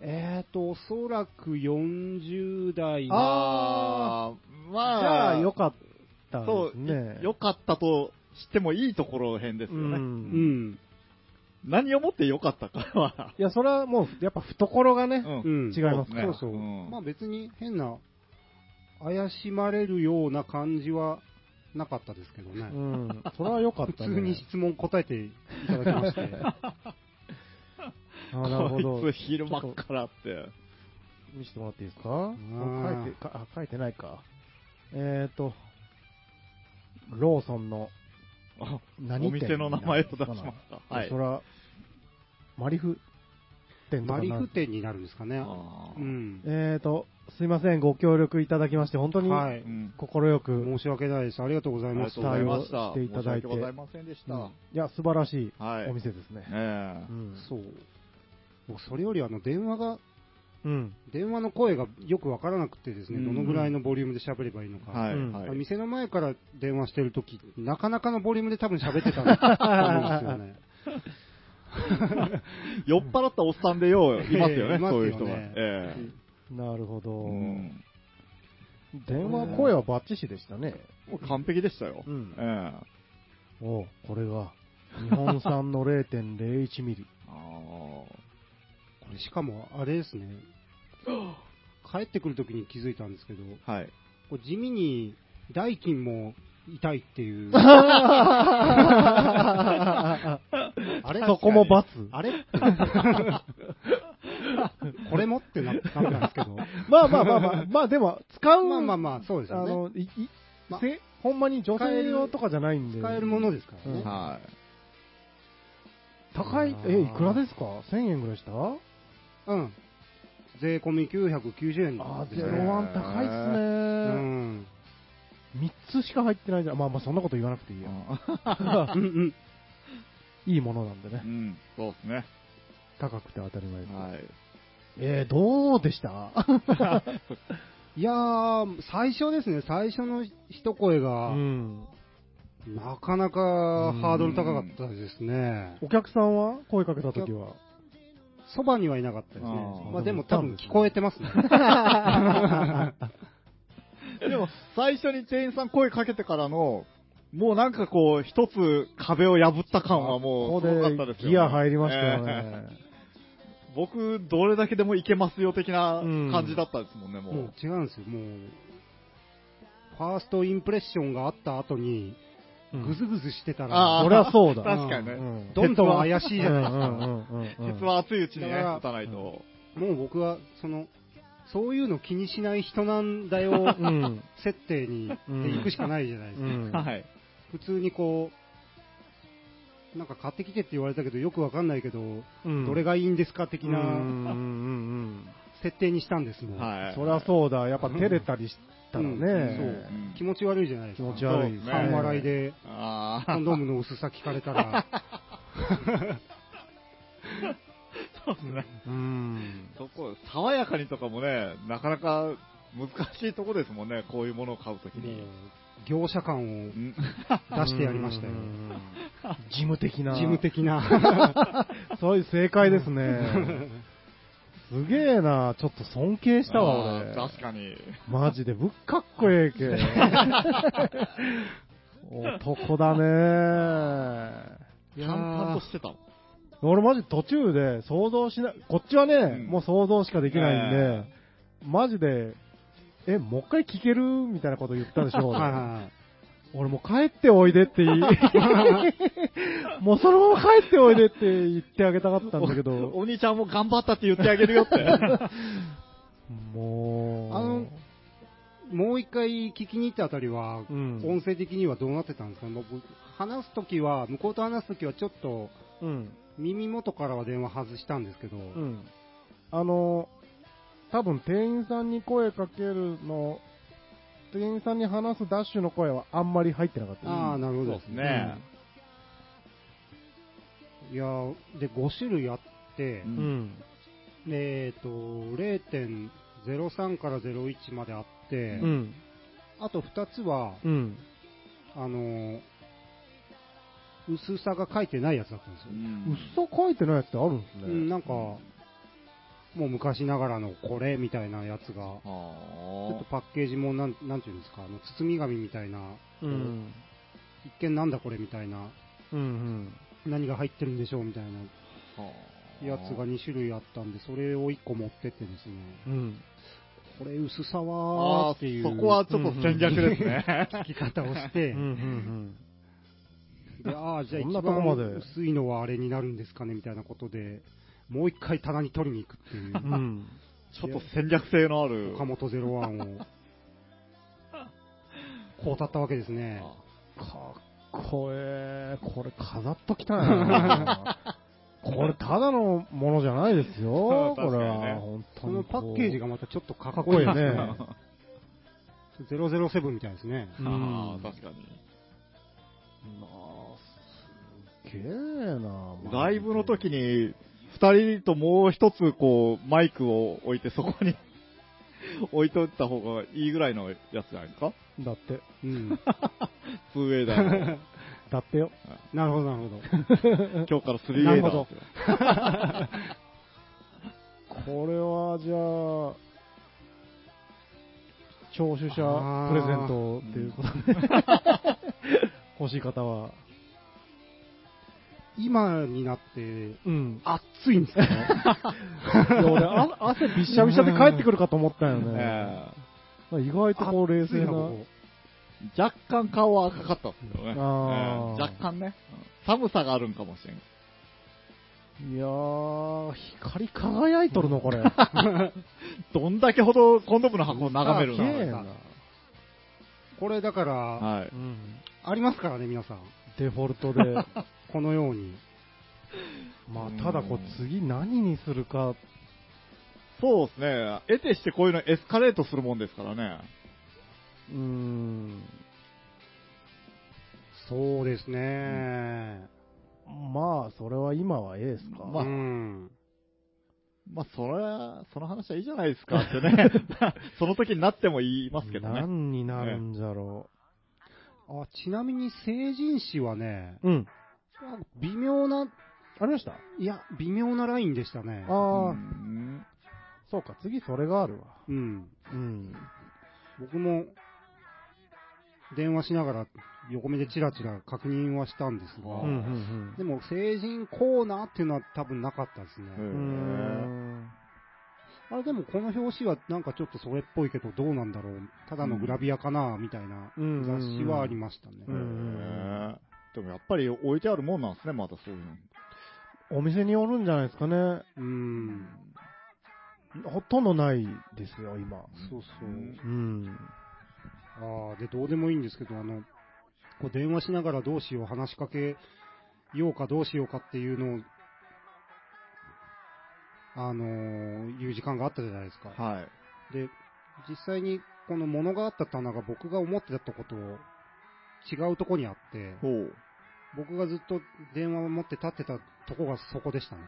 えーと、おそらく40代
あ
あー、
じ
まあ、
ゃあよかった
そう
です、ね。
良かったとしてもいいところ編ですよ
う。
ね。
うんん。
何をもって良かったかは。
いや、それはもう、やっぱ懐がね、
うん
うん。
違います
ね
そうそう。
うん
まあ別に変な、怪しまれるような感じはなかったですけどね
う。ん。それは良かっ
普
た、
通
ね。
に質問答えていただきま して。
あーなるほど
こい。つ昼間っからって。
見せてもらっていいですかもう書いてかあ、書いてないか。えっ、と、ローソンの
あ
何
お店の名前を出しまし
店
た。はい
そ。れは、マリフ店とか
マ
な
リフ店になるんですかね。
あ
う
ー
ん。
えっ、と、すいません、ご協力いただきまして、本当に
はい。
うん
心よく、
申し訳ないです。ありがとうござい
あり
ま
が
し
と
た
う。ございまし
対
た。
応していただい
申し訳
て
ございませんでし
う
た。
んいや、素晴らしい
はい。
お店ですね。
え
う
え
ん。
そう。僕、それよりあの、電話が、
うん。
電話の声がよくわからなくてですね、
うん
どのぐらいのボリュームで喋ればいいのか。
はい。
うん
あ
はい
店の前から電話してるとき、なかなかのボリュームで多分喋ってたんだと思うんで すよね。
酔っ払ったおっさんでよう、います
え
よ
え
ね、
いますよ
そう
ね
いう人が。ええ
なるほど。
うん
電話声はバッチシでしたね。
もう完璧でしたよ
う。ん
ええあ
おうこれが、日本産の0.01ミリ。
ー
これしかも、あれですね。帰ってくるときに気づいたんですけど、
はい。
これ地味に代金も痛いって いう。
あれそこも罰。
あれ これもってなった感じなんですけど。
まあまあまあまあ、まあでも、使う、
まあまあまあ、そうです
あ
よね。
の、いい
まあ
せほんまに女性用とかじゃないんで。
使えるものですから
うん
ね。
は
高い、え、いくらですか ?1000 円ぐらいした
うん。税込み990円
あ
で
ー、
す
ゼ
ね
ロワン高いっすね。
うん。
3つしか入ってないじゃん。まあまあ、そんなこと言わなくていい
い。
よ。
うんうん。
いいものなんでね
う。ん、そうですね。
高くて当たり前です。
はい。
えー、どうでした
いやー、最初ですね、最初の一声
う
が、
ん。
なかなかハードル高かったですね。
お客さんは声かけたときは。
そばにはいなかったです
あ
ね。
ー
まあでも多分聞こえてますね。
でも、最初に店員さん声かけてからの、もうなんかこう、一つ壁を破った感はも
こ
う、すごかった
こ
で
です
よ、ね。
ギア入りましたよ
ええ。
ね。
僕、どれだけでもいけますよ的な感じだったですもんね、もう。
もう違うんですよ、もう。ファーストインプレッションがあった後に、
うん
ぐずぐずしてた
あ
ら、
ー
そりゃそうだ。
確かにね。
うん
どんどん怪しいじゃないです
うん
か。
うんうんうんうん
鉄は熱いうちにね、
だから
打たないと。
もう僕は、その、そういうの気にしない人なんだよ、
うん。
設定に、で行くしかないじゃないです
う
か。
ん。
はい。
普通にこう、なんか買ってきてって言われたけど、よくわかんないけど、
うん
どれがいいんですか的
うんうん
な
うん
設定にしたんですもん。
う
は
ん。
い。
そりゃそうだ。やっぱ照れたりしたら
うん
ね。
うん
気持ち悪いじゃないです
気
か。
持ち悪いです
そう
ね。
半笑いで、
あ
コ
あ
ン。ドームの薄さ聞かれた ら、
そうですね。
うん。
そこ、爽やかにとかもね、なかなか難しいとこですもんね、こういうものを買うとき
もう
に。
業者感を
うん
出してやりましたよ
う。ん。事務的な。
事務的な。
そういう正解ですね。 すげえな、ちょっと尊敬したわ、
あー
俺。
確かに。
マジで、ぶっかっこえ えけ。男だね
い
ちゃ
や
ん
ー
たんとしてたもん。
俺マジ途中で想像しない、こっちはね、
ん
もう想像しかできないんで、マジで、え、もう一回聞けるみたいなこと言ったでしょ、
はいは
俺
いはい
俺もう帰っておい でって言い、 もうそのまま帰っておいでって言ってあげたかったんだけ ど、
お兄ちゃんも頑張ったって言ってあげるよって。
もう、
あのもう一回聞きに行ったあたりは、
うん
音声的にはどうなってたんですか僕、話すときは、向こうと話すときはちょっと、
うん、
耳元からは電話外したんですけど、
うん。あの、多分店員さんに声かけるの、店員さんに話すダッシュの声はあんまり入ってなかった。
ああ、なるほ
そう
ど
で。すね。
いやーで、5種類あって、
う
うんん。
でえっと、0.03から01まであって、
うん。
あと2つは、
うん。
あのー薄さが書いてないやつだったんですよ。
嘘書いてないやつってあるんですね。
うん、なんか、もう昔ながらのこれみたいなやつが、ちょっと
あ
パッケージもなん、なんていうんですか、あの包み紙みたいな、
うん。
一見なんだこれみたいな、
うんうん。
何が入ってるんでしょうみたいな
あ
やつが2種類あったんで、それを1個持ってってですね、
うん。
これ薄さ
あ
はー
あ、
っていう
そこはちょっと戦略ですね。
聞き方をして、
うんうん
でああ、じゃあ
そん
一
なとこまで
番薄いのはあれになるんですかねみたいなことで、もう一回棚に取りに行くっていう
う、ん。うん。
ちょっと戦略性のある。
岡本ゼロワンを、こうたったわけですね。
かっこええ。これ飾っときたいな。これただのものじゃないですよ。こ
そう確か
れ
にね
は。本当
そ
に
の
こう。
パッケージがまたちょっとか
か
っ
っ
こ
こ
い
い
い
い
です
ね
ね。。007みたいですね。
うん
ああ、確かに。
なあ、すげえな
ライブの時
に。
に、二人ともう一つこう、マイクを置いてそこに。 置いといた方がいいぐらいのやつじゃないですか
だって、
うん。
ツーウェイだ よ。
だってよ。
なるほど、なるほど。
今日からスリーウェ
な
イだ。
るほど
これは、じゃあ、聴取者
あー
プレゼントっていうことで、 欲しい方は。
今になって、
うん。
暑いんですよね。
いや俺あ、汗びっしゃびしゃで帰ってくるかと思ったよね。
え
意外とこう冷静
暑い
な。
こ
え若干顔は赤かったんですけどね。
あー
ええ若干ね。うん寒さがあるんかもしれん。
いやー、光り輝いとる の、これ。
どんだけほどコンドームの箱を眺める
綺麗
の
な。
これだから、
はい。
うん。
ありますからね、皆さん。
デフォルトで。
このように。
ま
う
あ、
ん
ただこう、次何にするか。
そうですね。得てしてこういうのエスカレートするもんですからね。
うーん。
そうですね。
まあ、それは今はええですか。
まあ
うん。
まあ、それは、その話はいいじゃないですかってね。 その時になっても言いますけどね。
何になるんじゃろ
あ、ちなみに成人誌はね、
う。うん。
微妙な、
ありました
いや、微妙なラインでしたね。
ああ、
うん
そうか、次それがあるわ。
うん。
うん。
僕も、電話しながら、横目でチラチラ確認はしたんですが、
う
あー
ん、うん、
でも、成人コーナーっていうのは多分なかったですね。
へ
う
ー
ん。うーん。
あれでもこの表紙はなんかちょっとそれっぽいけどどうなんだろう。ただのグラビアかなみたいな
うん
雑誌はありましたね。
うん
へえでもやっぱり置いてあるもんなんですね、まだそういうの。
お店によるんじゃないですかね。
うん。
ほとんどないですよ、今。
そうそう。
うん。
ああ、で、どうでもいいんですけど、あの、こう電話しながらどうしよう、話しかけようかどうしようかっていうのを、あのーいう時間があったじゃないですか。
はい。
で、実際にこの物があった棚が僕が思ってたことを違うとこにあって、
ほう。
僕がずっと電話を持って立ってたとこがそこでしたね。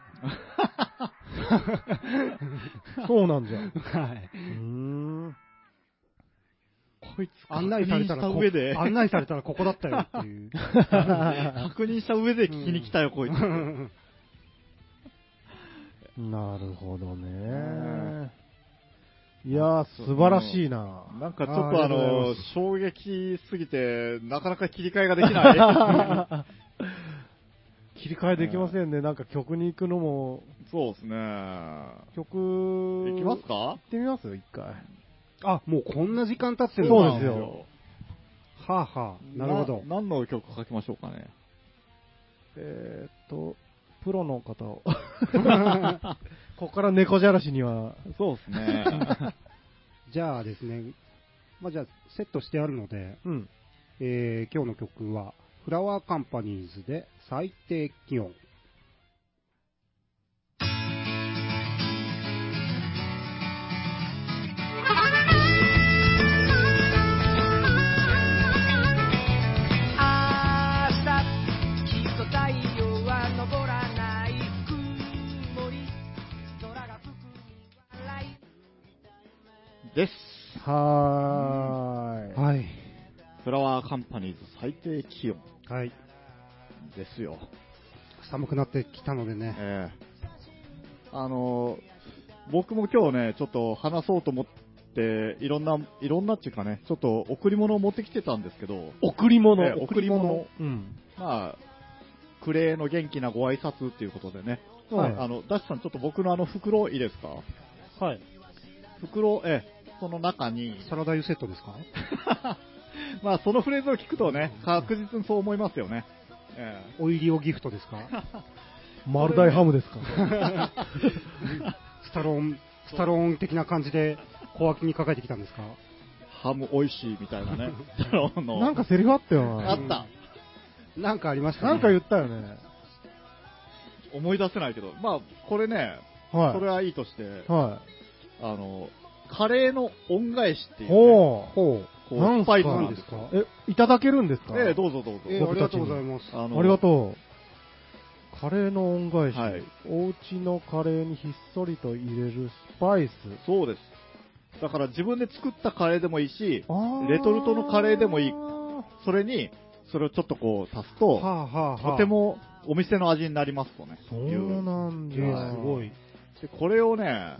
そうなんじゃ。
はい。
うーん。
こいつ
案内されたらこ
確認した上で、
案内されたらここだったよって いう。
確認した上で聞きに来たよ、こいつ。
なるほどね
ね。
いやー、素晴らしいな。
なんかちょっとあ
ありがとうござい
の
ま、
衝撃すぎて、なかなか切り替えができ ない。
切り替えできませんね。なんか曲に行くのも、
そうですね。
曲、
い
行
きますか
行ってみます一回。
あ、もうこんな時間経ってる
そ
の
う
か
ですよ。
はあはあ、なるほど。
何の曲書きましょうかね。
えーっと、プロの方を。 ここから猫じゃらしには、
そうですね。
じゃあですね、まあ、じゃあセットしてあるので、
うん。
えー今日の曲は、フラワーカンパニーズで最低気温。
あしたきっと太陽は昇らない曇り空が吹く笑い
です。
はーい。
はい。
フラワーカンパニーズ最低気温
はい。
ですよ。
寒くなってきたのでね。
ええあの僕も今日ね、ちょっと話そうと思って、いろんな、いろんなっていうかね、ちょっと贈り物を持ってきてたんですけど、
贈り物、
ええ贈り物
うん。
まあ、クレーの元気なご挨拶っていうことでね、
はい
あの、ダッシュさん、ちょっと僕のあの袋いいですか
はい。
袋、ええ、その中に、
サラダ油セットですか
まあ、そのフレーズを聞くとね、確実にそう思いますよね。ええ
オイリオギフトですか
丸大ハムですか。
スタロ ーン、スタローン的な感じで小脇に抱えてきたんですか
ハム美味しいみたいな ね、太郎の。
なんかセリフあったよ
あ
な。
った。
なんかありましたね。
なんか言ったよね。
思い出せないけど、まあ、これね、
はい。
それはいいとして、
は
あの、カレーの恩返しってい
い。
うね、
ほう。
ほう。
こ
な
う、
ん
ス
すか
パイス
な
なん
ん
で
ですすか
え、いただけるんですか
ええ、どうぞどうぞ。
えーあ
僕
り
た
が
ち
とう
に
ございます。
あ
ありがとう。カレーの恩返し。
はい
お家のカレーにひっそりと入れるスパイス。
そうです。だから自分で作ったカレーでもいいし、
あー
レトルトのカレーでもいい
は
それに、それをちょっとこう足す
あ
と、
はあはあ。
とて。もお店の味になりますとね。
そう
いう
なん
え
だ。
ーすごい。。
でこれをね、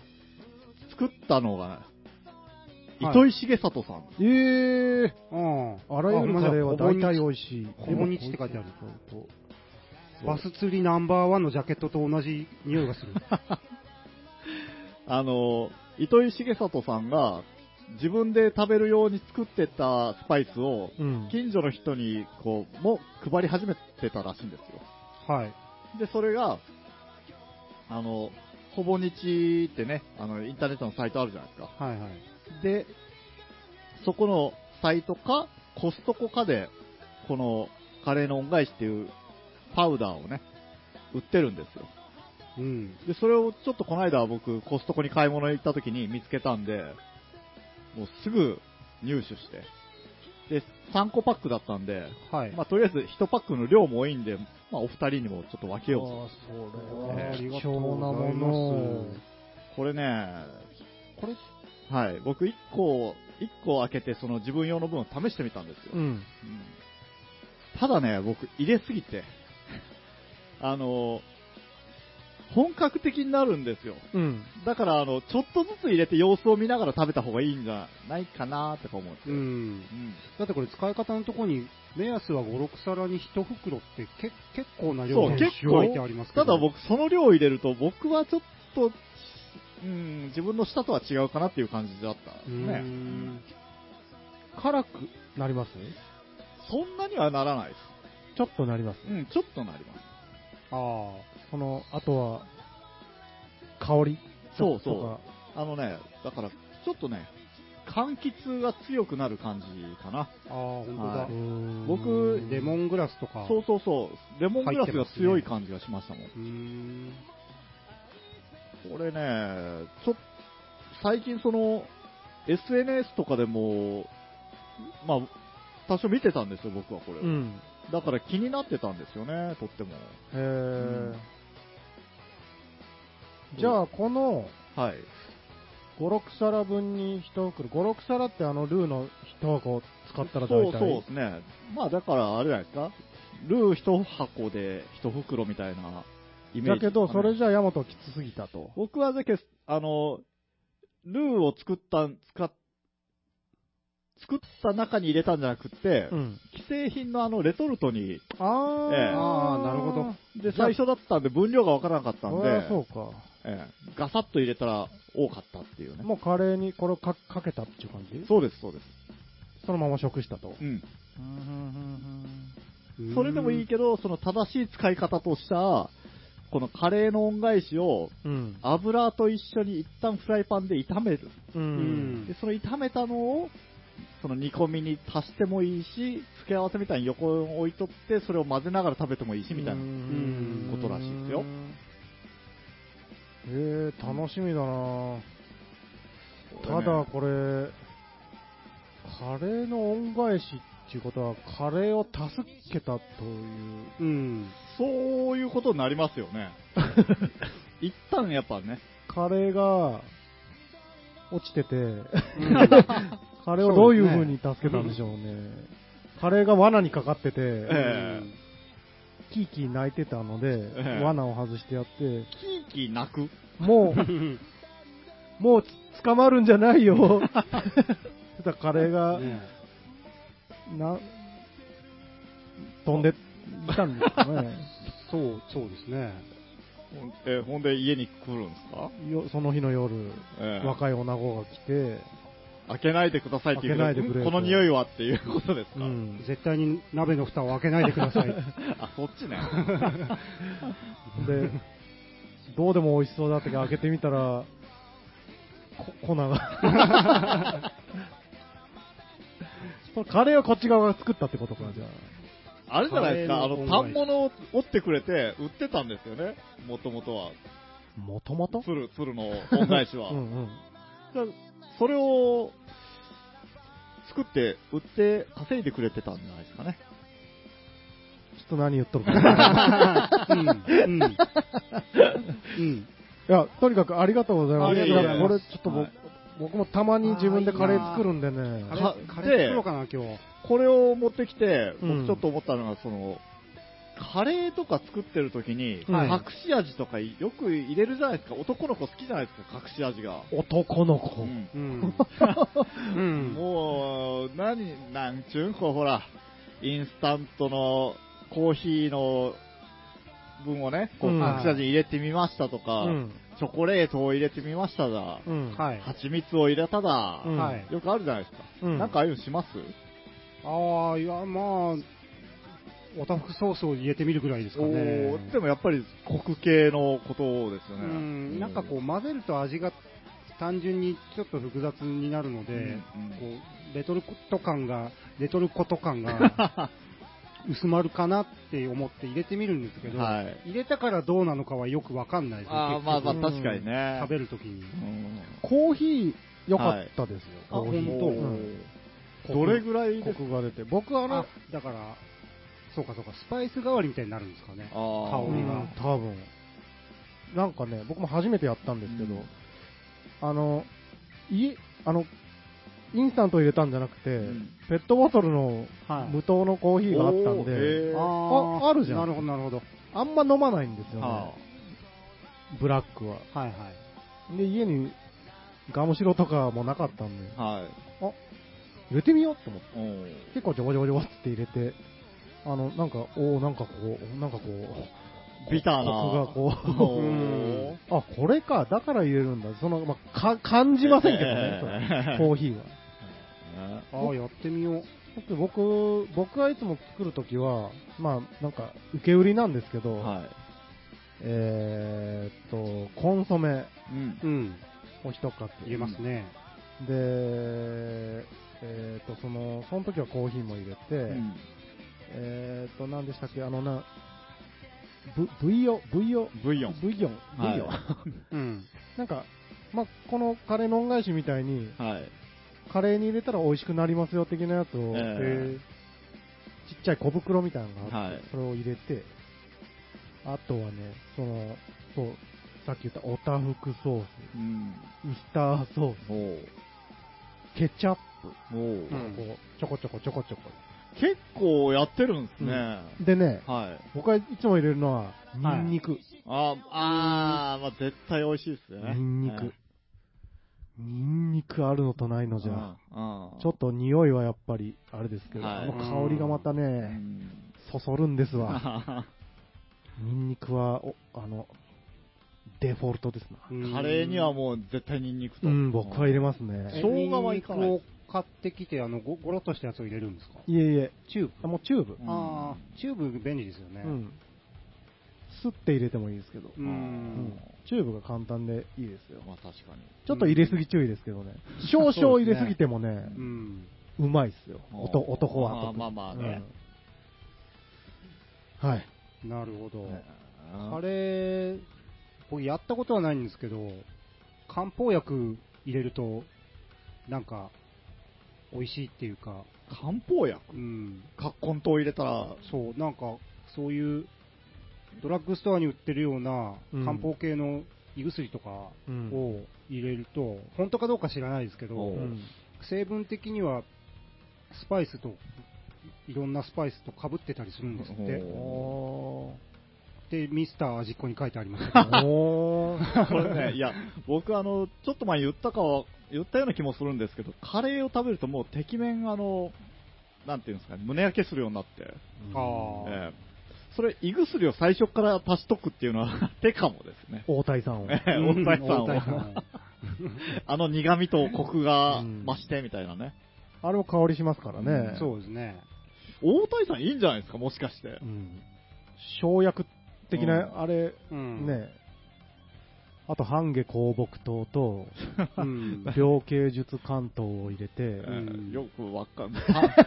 作ったのが、
はい
糸井重里さん。
ええ
うん。
あらゆるカレーは大体美
い。
味しい。
ほぼ日って書いてある
ほんと
バス釣りナンバーワンのジャケットと同じ匂いがす る。
あの、糸井重里さんが自分で食べるように作ってたスパイスを、
うん。
近所の人にこう、も配り始めてたらしいんですよ。
はい。
で、それが、あの、ほぼ日ってね、あの、インターネットのサイトあるじゃないですか。
はいはい。
で、そこのサイトか、コストコかで、このカレーの恩返しっていうパウダーをね、売ってるんですよ。
うん。
で、それをちょっとこの間僕、コストコに買い物行った時に見つけたんで、もうすぐ入手して。で、3個パックだったんで、
はい。
まあ、とりあえず1パックの量も多いんで、まあ、お二人にもちょっと分けようと。
それ
ね
貴重なものを
これね、これ、はい、僕1個、一個開けて、その自分用の分を試してみたんですよ。
うん。
うんただね、僕、入れすぎて、 あの、本格的になるんですよ。
うん。
だから、あの、ちょっとずつ入れて様子を見ながら食べた方がいいんじゃないかなとか思って。
う
うん
ん。だってこれ使い方のところに、目安は5、6皿に1袋ってけ結構な量
そう
が
結構
置いてありますけ
た
ど
だ僕、その量を入れると、僕はちょっと、うん、自分の舌とは違うかなっていう感じだった
うー
ね。
ん
辛くなります
そんなにはならないで
ちょっとなります。
す。うん、ちょっとなります。
あ
その、あとは、香り
そう
とか
そあのね、だから、ちょっとね、柑橘が強くなる感じかな。
あ、ああ、本当
は
だ
い。
ん
僕
レモングラスとか。
そうそうそう、レモングラスが強い感じがしましたもん。
うーん。
これね、ちょ最近その、SNS とかでも、まあ、多少見てたんですよ、僕はこれを、
うん。
だから気になってたんですよね、とっても。う
へー
ん
じゃあ、この
はい。
5、6皿分に1袋、5、6皿ってあのルーの1箱使ったら
そ
大
う
体。
そうですね。まあだから、あれじゃないですか、ルー1箱で1袋みたいなイメー
だ
ジ、
けど、それ
ゃ
じゃあヤマトはきつすぎたと。
僕はだけど、あの、ルーを作った、使っ、作った中に入れたんじゃなくって、
うん。
既製品のあのレトルトに、
あー、
ええ
あーなるほど
で、最初だったんで分量がわからなかったん
そり
で
ゃ、そうか。
ええガサッと入れたら多かったっていうね。
もうカレーにこれをかかけたっていう感じ
そうです、そうです。
そのまま食したと。
うん。
うん
それでもいいけど、その正しい使い方とした、このカレーの恩返しを
うん。
油と一緒に一旦フライパンで炒める。
う
うん
ん。
で、その炒めたのを、その煮込みに足してもいいし、付け合わせみたいに横に置いとって、それを混ぜながら食べてもいいし、みたいな。
うん
ことらしいですよ。
へえ楽しみだなた
これね
だこれ、カレーの恩返しっていうことは、カレーを助けたという。
うん。
そういうことになりますよ ね。一旦やっぱね、
カレーが落ちてて、
うん
カレーをど
そう
う
です
い
ね
う風に助けたんでしょうね。カレーが罠にかかってて、
え
キーキー泣いてたので、
ええ
罠を外してやって、
キーキー泣く。
もう、もう捕まるんじゃな いよ。 そしたらカレーが、
ね
な、飛んできたんですか ね。
そう、そうですね。
ほんえーほんで家に来るんですか、
よその日の夜、
ええ
若い女子が来 て、
開けないでくださいって言うけど
開けないでくれ
んこの匂いはっていうことです
う
か、
ん、
絶対に鍋の蓋を開けないでください。
あ、そっちね。
で、どうでも美味しそうだったけど、開けてみたら、こ粉が。 これカレーはこっち側が作ったってことか、じゃあ。
あれじゃ ないですか、
カ
あ
レーの
の、
恩返し
反物を折ってくれて、売ってたんですよね、もともとは。
もともと
鶴、鶴の恩返しは。
うんうん。
だからそれを、作って、売って、稼いでくれてたんじゃないですかね。
ちょっと何言っとる か。
うん。うん。うん。
いや、とにかくありがとうございます。
ありがとうございます
これちょっと僕
はい
僕もたまに自分でカレー作るんでね。
カレー、
か
カレー
で
作ろうかな、今日。
これを持ってきて、
う
僕
ん
ちょっと思ったのが、その、カレーとか作ってる時に、
はい
隠し味とかよく入れるじゃないですか。男の子好きじゃないですか、隠し味が。
男の子。
うん
うん。うん。
もう、何、なんちゅうん、こうほら、インスタントのコーヒーの分をね、こう
うん
隠し味に入れてみましたとか、
うん
チョコレートを入れてみましただ、
うん
はい。
蜂蜜を入れただ、
うん
はい
よくあるじゃないですか。
うん
なんかああいうのします
ああ、いや、まあ、おたふくソースを入れてみるぐらいですかね
おーでもやっぱりコク系のことです
う
よね。
んなんかこう混ぜると味が単純にちょっと複雑になるので、
うんうん
こうレトルト感がレトルコト感が薄まるかなって思って入れてみるんですけど、
はい。
入れたからどうなのかはよくわかんないですね
あー
結
まあ
局
まあ確かにね。
食べるときに
うん
コーヒー良かったですよ、
はい
コーヒー
あ本当
うん
おーどれぐらいです
コクが出て僕あの
あだからそうかそうかスパイス代わりみたいになるんですかね
あー
香り
う
が
ん多分なんかね僕も初めてやったんですけど、
うん
あのいあのインスタント入れたんじゃなくて、
ん
ペットボトルの
はい
無糖のコーヒーがあったんで、
おーへー
ー
ああるじゃん
なるほどなるほど
あんま飲まないんですよね、
は
ブラックは
はいはい
で家にガムシロとかもなかったんで
あはい。
入れてみようと思って
おー
結構ジョボジョボジョボって入れてあのなんかおおなんかこうなんかこう
ビターな
コクがこう
おー
うん
あ、これか、だから入れるんだ。その、まあ、か、感じませんけど
え
ね
え、
それコーヒーは。
ね
ああやってみよう
だって僕、僕はいつも作るときは、まあ、なんか、受け売りなんですけど、
はい。
えーっと、コンソメ
うん
うん
を一カップ。
入れますね
で、えーっと、その、その時はコーヒーも入れて、
うん
えーっと、何でしたっけ、あのな、ブ、ブイヨ、ブイヨ、
ブイヨン。
ブイヨン、ブイヨン。
は
うん
なんか、まあ、このカレーの恩返しみたいに、
はい。
カレーに入れたら美味しくなりますよ的なやつ
え
を、
え
えーちっちゃい小袋みたいなのがあって、
はい
それを入れて、あとはね、その、そう、さっき言ったおたふくソース、
うん。
ウスターソー
おー
ス、ケチャッ
お
プ、
ー
うん
こう、ちょこちょこちょこちょこ。
結構やってるんですね。
うん
はい。
でね、
あ
僕はいつも入れるのは、ニンニク。
ああー、まあ絶対美味しいですよね。
ニンニク。ニンニクあるのとないのじゃ、
あ
ちょっと匂いはやっぱり、あれですけど、
はい
あの香りがま
と
たね、そそるんですわ。ニンニクは、おあの、デフォルトですな。
うん
カレーにはもう絶対ニンニクと。
うん、僕は入れます
え
ね。
生姜はいかない
ニンニクを買ってきてあのごごろっとしたやつを入れるんですか
いえいえ、
チューブ
あもうチューブ。
うん
ああチューブ便利ですよね
うん。すって入れてもいいですけど。
う
うんん。チューブが簡単でいいですよ。
まあ確かに。
ちょっと入れすぎ注意ですけどね。少々入れすぎてもね、
うん
うまいっすよ。おと男は特に。
まあまあまあね
うんはい。
なるほどカ
あ
レー僕やったことはないんですけど漢方薬入れるとなんか美味しいっていうか
漢方薬
うん
カッコン糖入れたら、
そう、なんか、そういう、ドラッグストアに売ってるような
うん
漢方系の胃薬とか
うん
を入れると、本当かどうか知らないですけ
お
ど
う、
うん
成分的にはスパイスと、いろんなスパイスと被ってたりするんですっ
お
て、で、ミスター味っ子に書いてあり ましたけど、
ーおー
これね、いや、僕あの、ちょっと前言ったかは、言ったような気もするんですけど、カレーを食べるともう、てきめん、あの、なんていうんですかね、胸焼けするようになって、
あー
ええそれ、胃薬を最初から足しとくっていうのは 手かもですね。
大谷さんを。
ええおっぱいさん
大体
を、あの苦味とコクが
うん
増してみたいなね。
あれも香りしますからね。
そうですね。
大谷さんいいんじゃないですか、もしかして
う。ん。生薬的な、
うん
あれ、
うん。
ね、あと半下香木糖と、
うん。
病形術関東を入れて
え、
ん
えよくわかんない。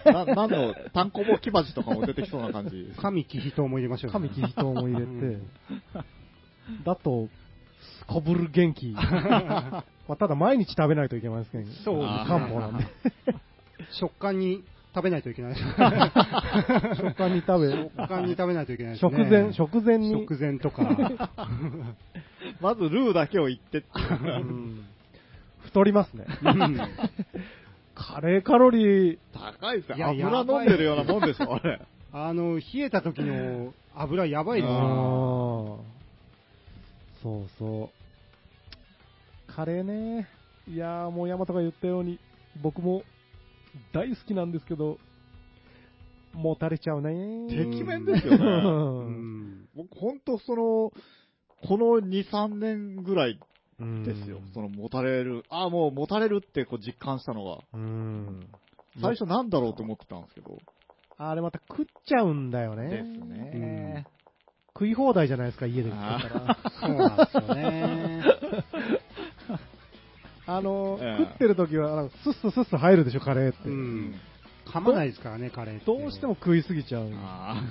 な、なんの、単行棒木鉢とかも出てきそうな感じ。
神木人も入れましょう、
神木人も入れ
う
て
ん、
だと、すこぶる 元気。まあただ毎日食べないといけませんけど、
そうですね
漢方なんで。
食感に食べないといけない。
食感に食べ、
食感に食べないといけないですね。
食前、食前に。
食前とか。
まずルーだけを言ってっていう
うん太りますね。
うん
カレーカロリー、
高いです
い
よ。
や
油
やばい
飲んでるようなもんでしょ、あれ。
あの、冷えた時の油やばいですよ。
あーそうそう。カレーね。いやーもう山とが言ったように、僕も大好きなんですけど、もたれちゃうね。
てきめんですよね。
う
うん
ん。
僕、ほんとその、この2、3年ぐらいですよ。その、もたれる。ああ、もう、もたれるってこう実感したのが。
うん。
最初なんだろうと思ってたんですけど。
あれまた食っちゃうんだよね。
ですね。
食い放題じゃないですか、家で作ったら。
そうなんですよね。
あ の、
ええ
食ってる時は、なんかスッスッスッスッ入るでしょ、カレーって。
うん。噛まないですからね、カレーって。
どうしても食いすぎちゃう。
あ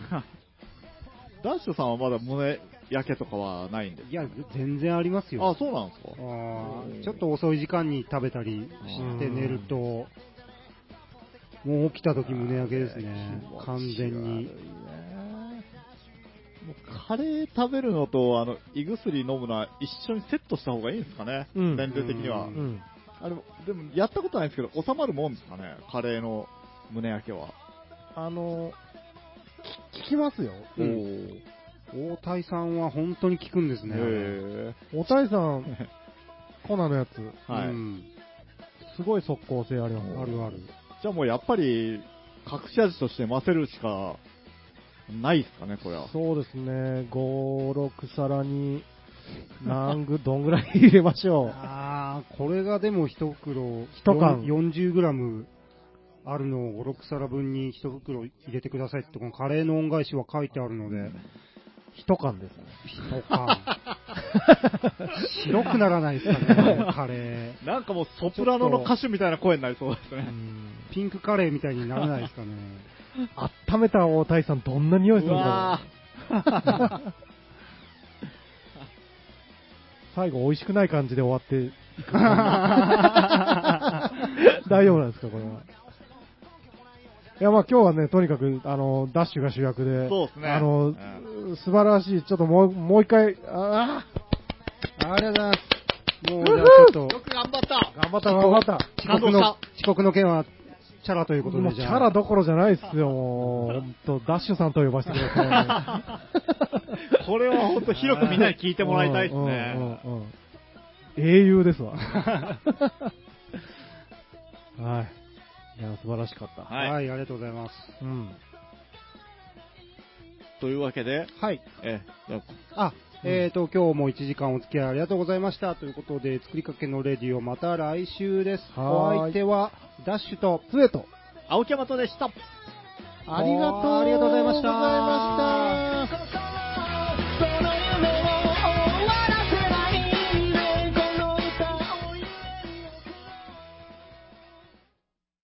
ーダッシュさんはまだ胸焼けとかはないんです
いや、全然ありますよ。
あ、そうなんですか
あーちょっと遅い時間に食べたりして寝ると、もう起きた時胸焼けですね。完全に。
もうカレー食べるのとあの胃薬飲むのは一緒にセットした方がいいんですかね、
うん
年齢的には、
う
うん。
あれもでもやったことないんですけど収まるもんですかねカレーの胸焼けは、
あの、き聞きますよ。
うん
おー
大谷さんは本当に効くんですね。
へ
おたいさん、コナのやつ、
ーはい、
うん
すごい速攻性あります。
あるある。
じゃあもうやっぱり隠し味として混ぜるしかないですかねこれは
そうですね、5、6皿に、何ぐ、どんぐらい入れましょう。
ああ、これがでも一袋、
一缶
40グラムあるのを5、6皿分に一袋入れてくださいって、このカレーの恩返しは書いてあるので、
一缶ですね。
一 缶。白くならないですかね、カレー。
なんかもうソプラノの歌手みたいな声になりそうですね
ピンクカレーみたいにならないですかね。
温めた大谷さん、どんな匂いするんだ
わ
ろう。最後、美味しくない感じで終わっていく大丈夫なんですか、これは。いや、まあ今日はね、とにかく、あの、ダッシュが主役で、
そうですね
あの、
う
素晴らしい、ちょっともう、もう一回、あ
ありがとうございます。もう、じゃあちょっ
よく頑張った
あ、頑張った、頑張った。
と、遅刻の、遅刻の件は、チャラということ
もう
で、
キ
じゃあ。
ャラどころじゃないっすよ、もう。ほんと、ダッシュさんと呼ばせてください。
これは本当広くみんなに聞いてもらいたいです
うん
ね。
うんうんうん英雄ですわ。はい。いや、素晴らしかった。
はい、
はい。
ありがとうございます。
うん。
というわけで、
はい。
え、じゃあ
あ、えーと、今日も1時間お付き合いありがとうございました。ということで、作りかけのレディオ、また来週です。お
はーい
相手は、ダッシュと、スエと、
青木山とでした。
ありがとう。ありがとうございました。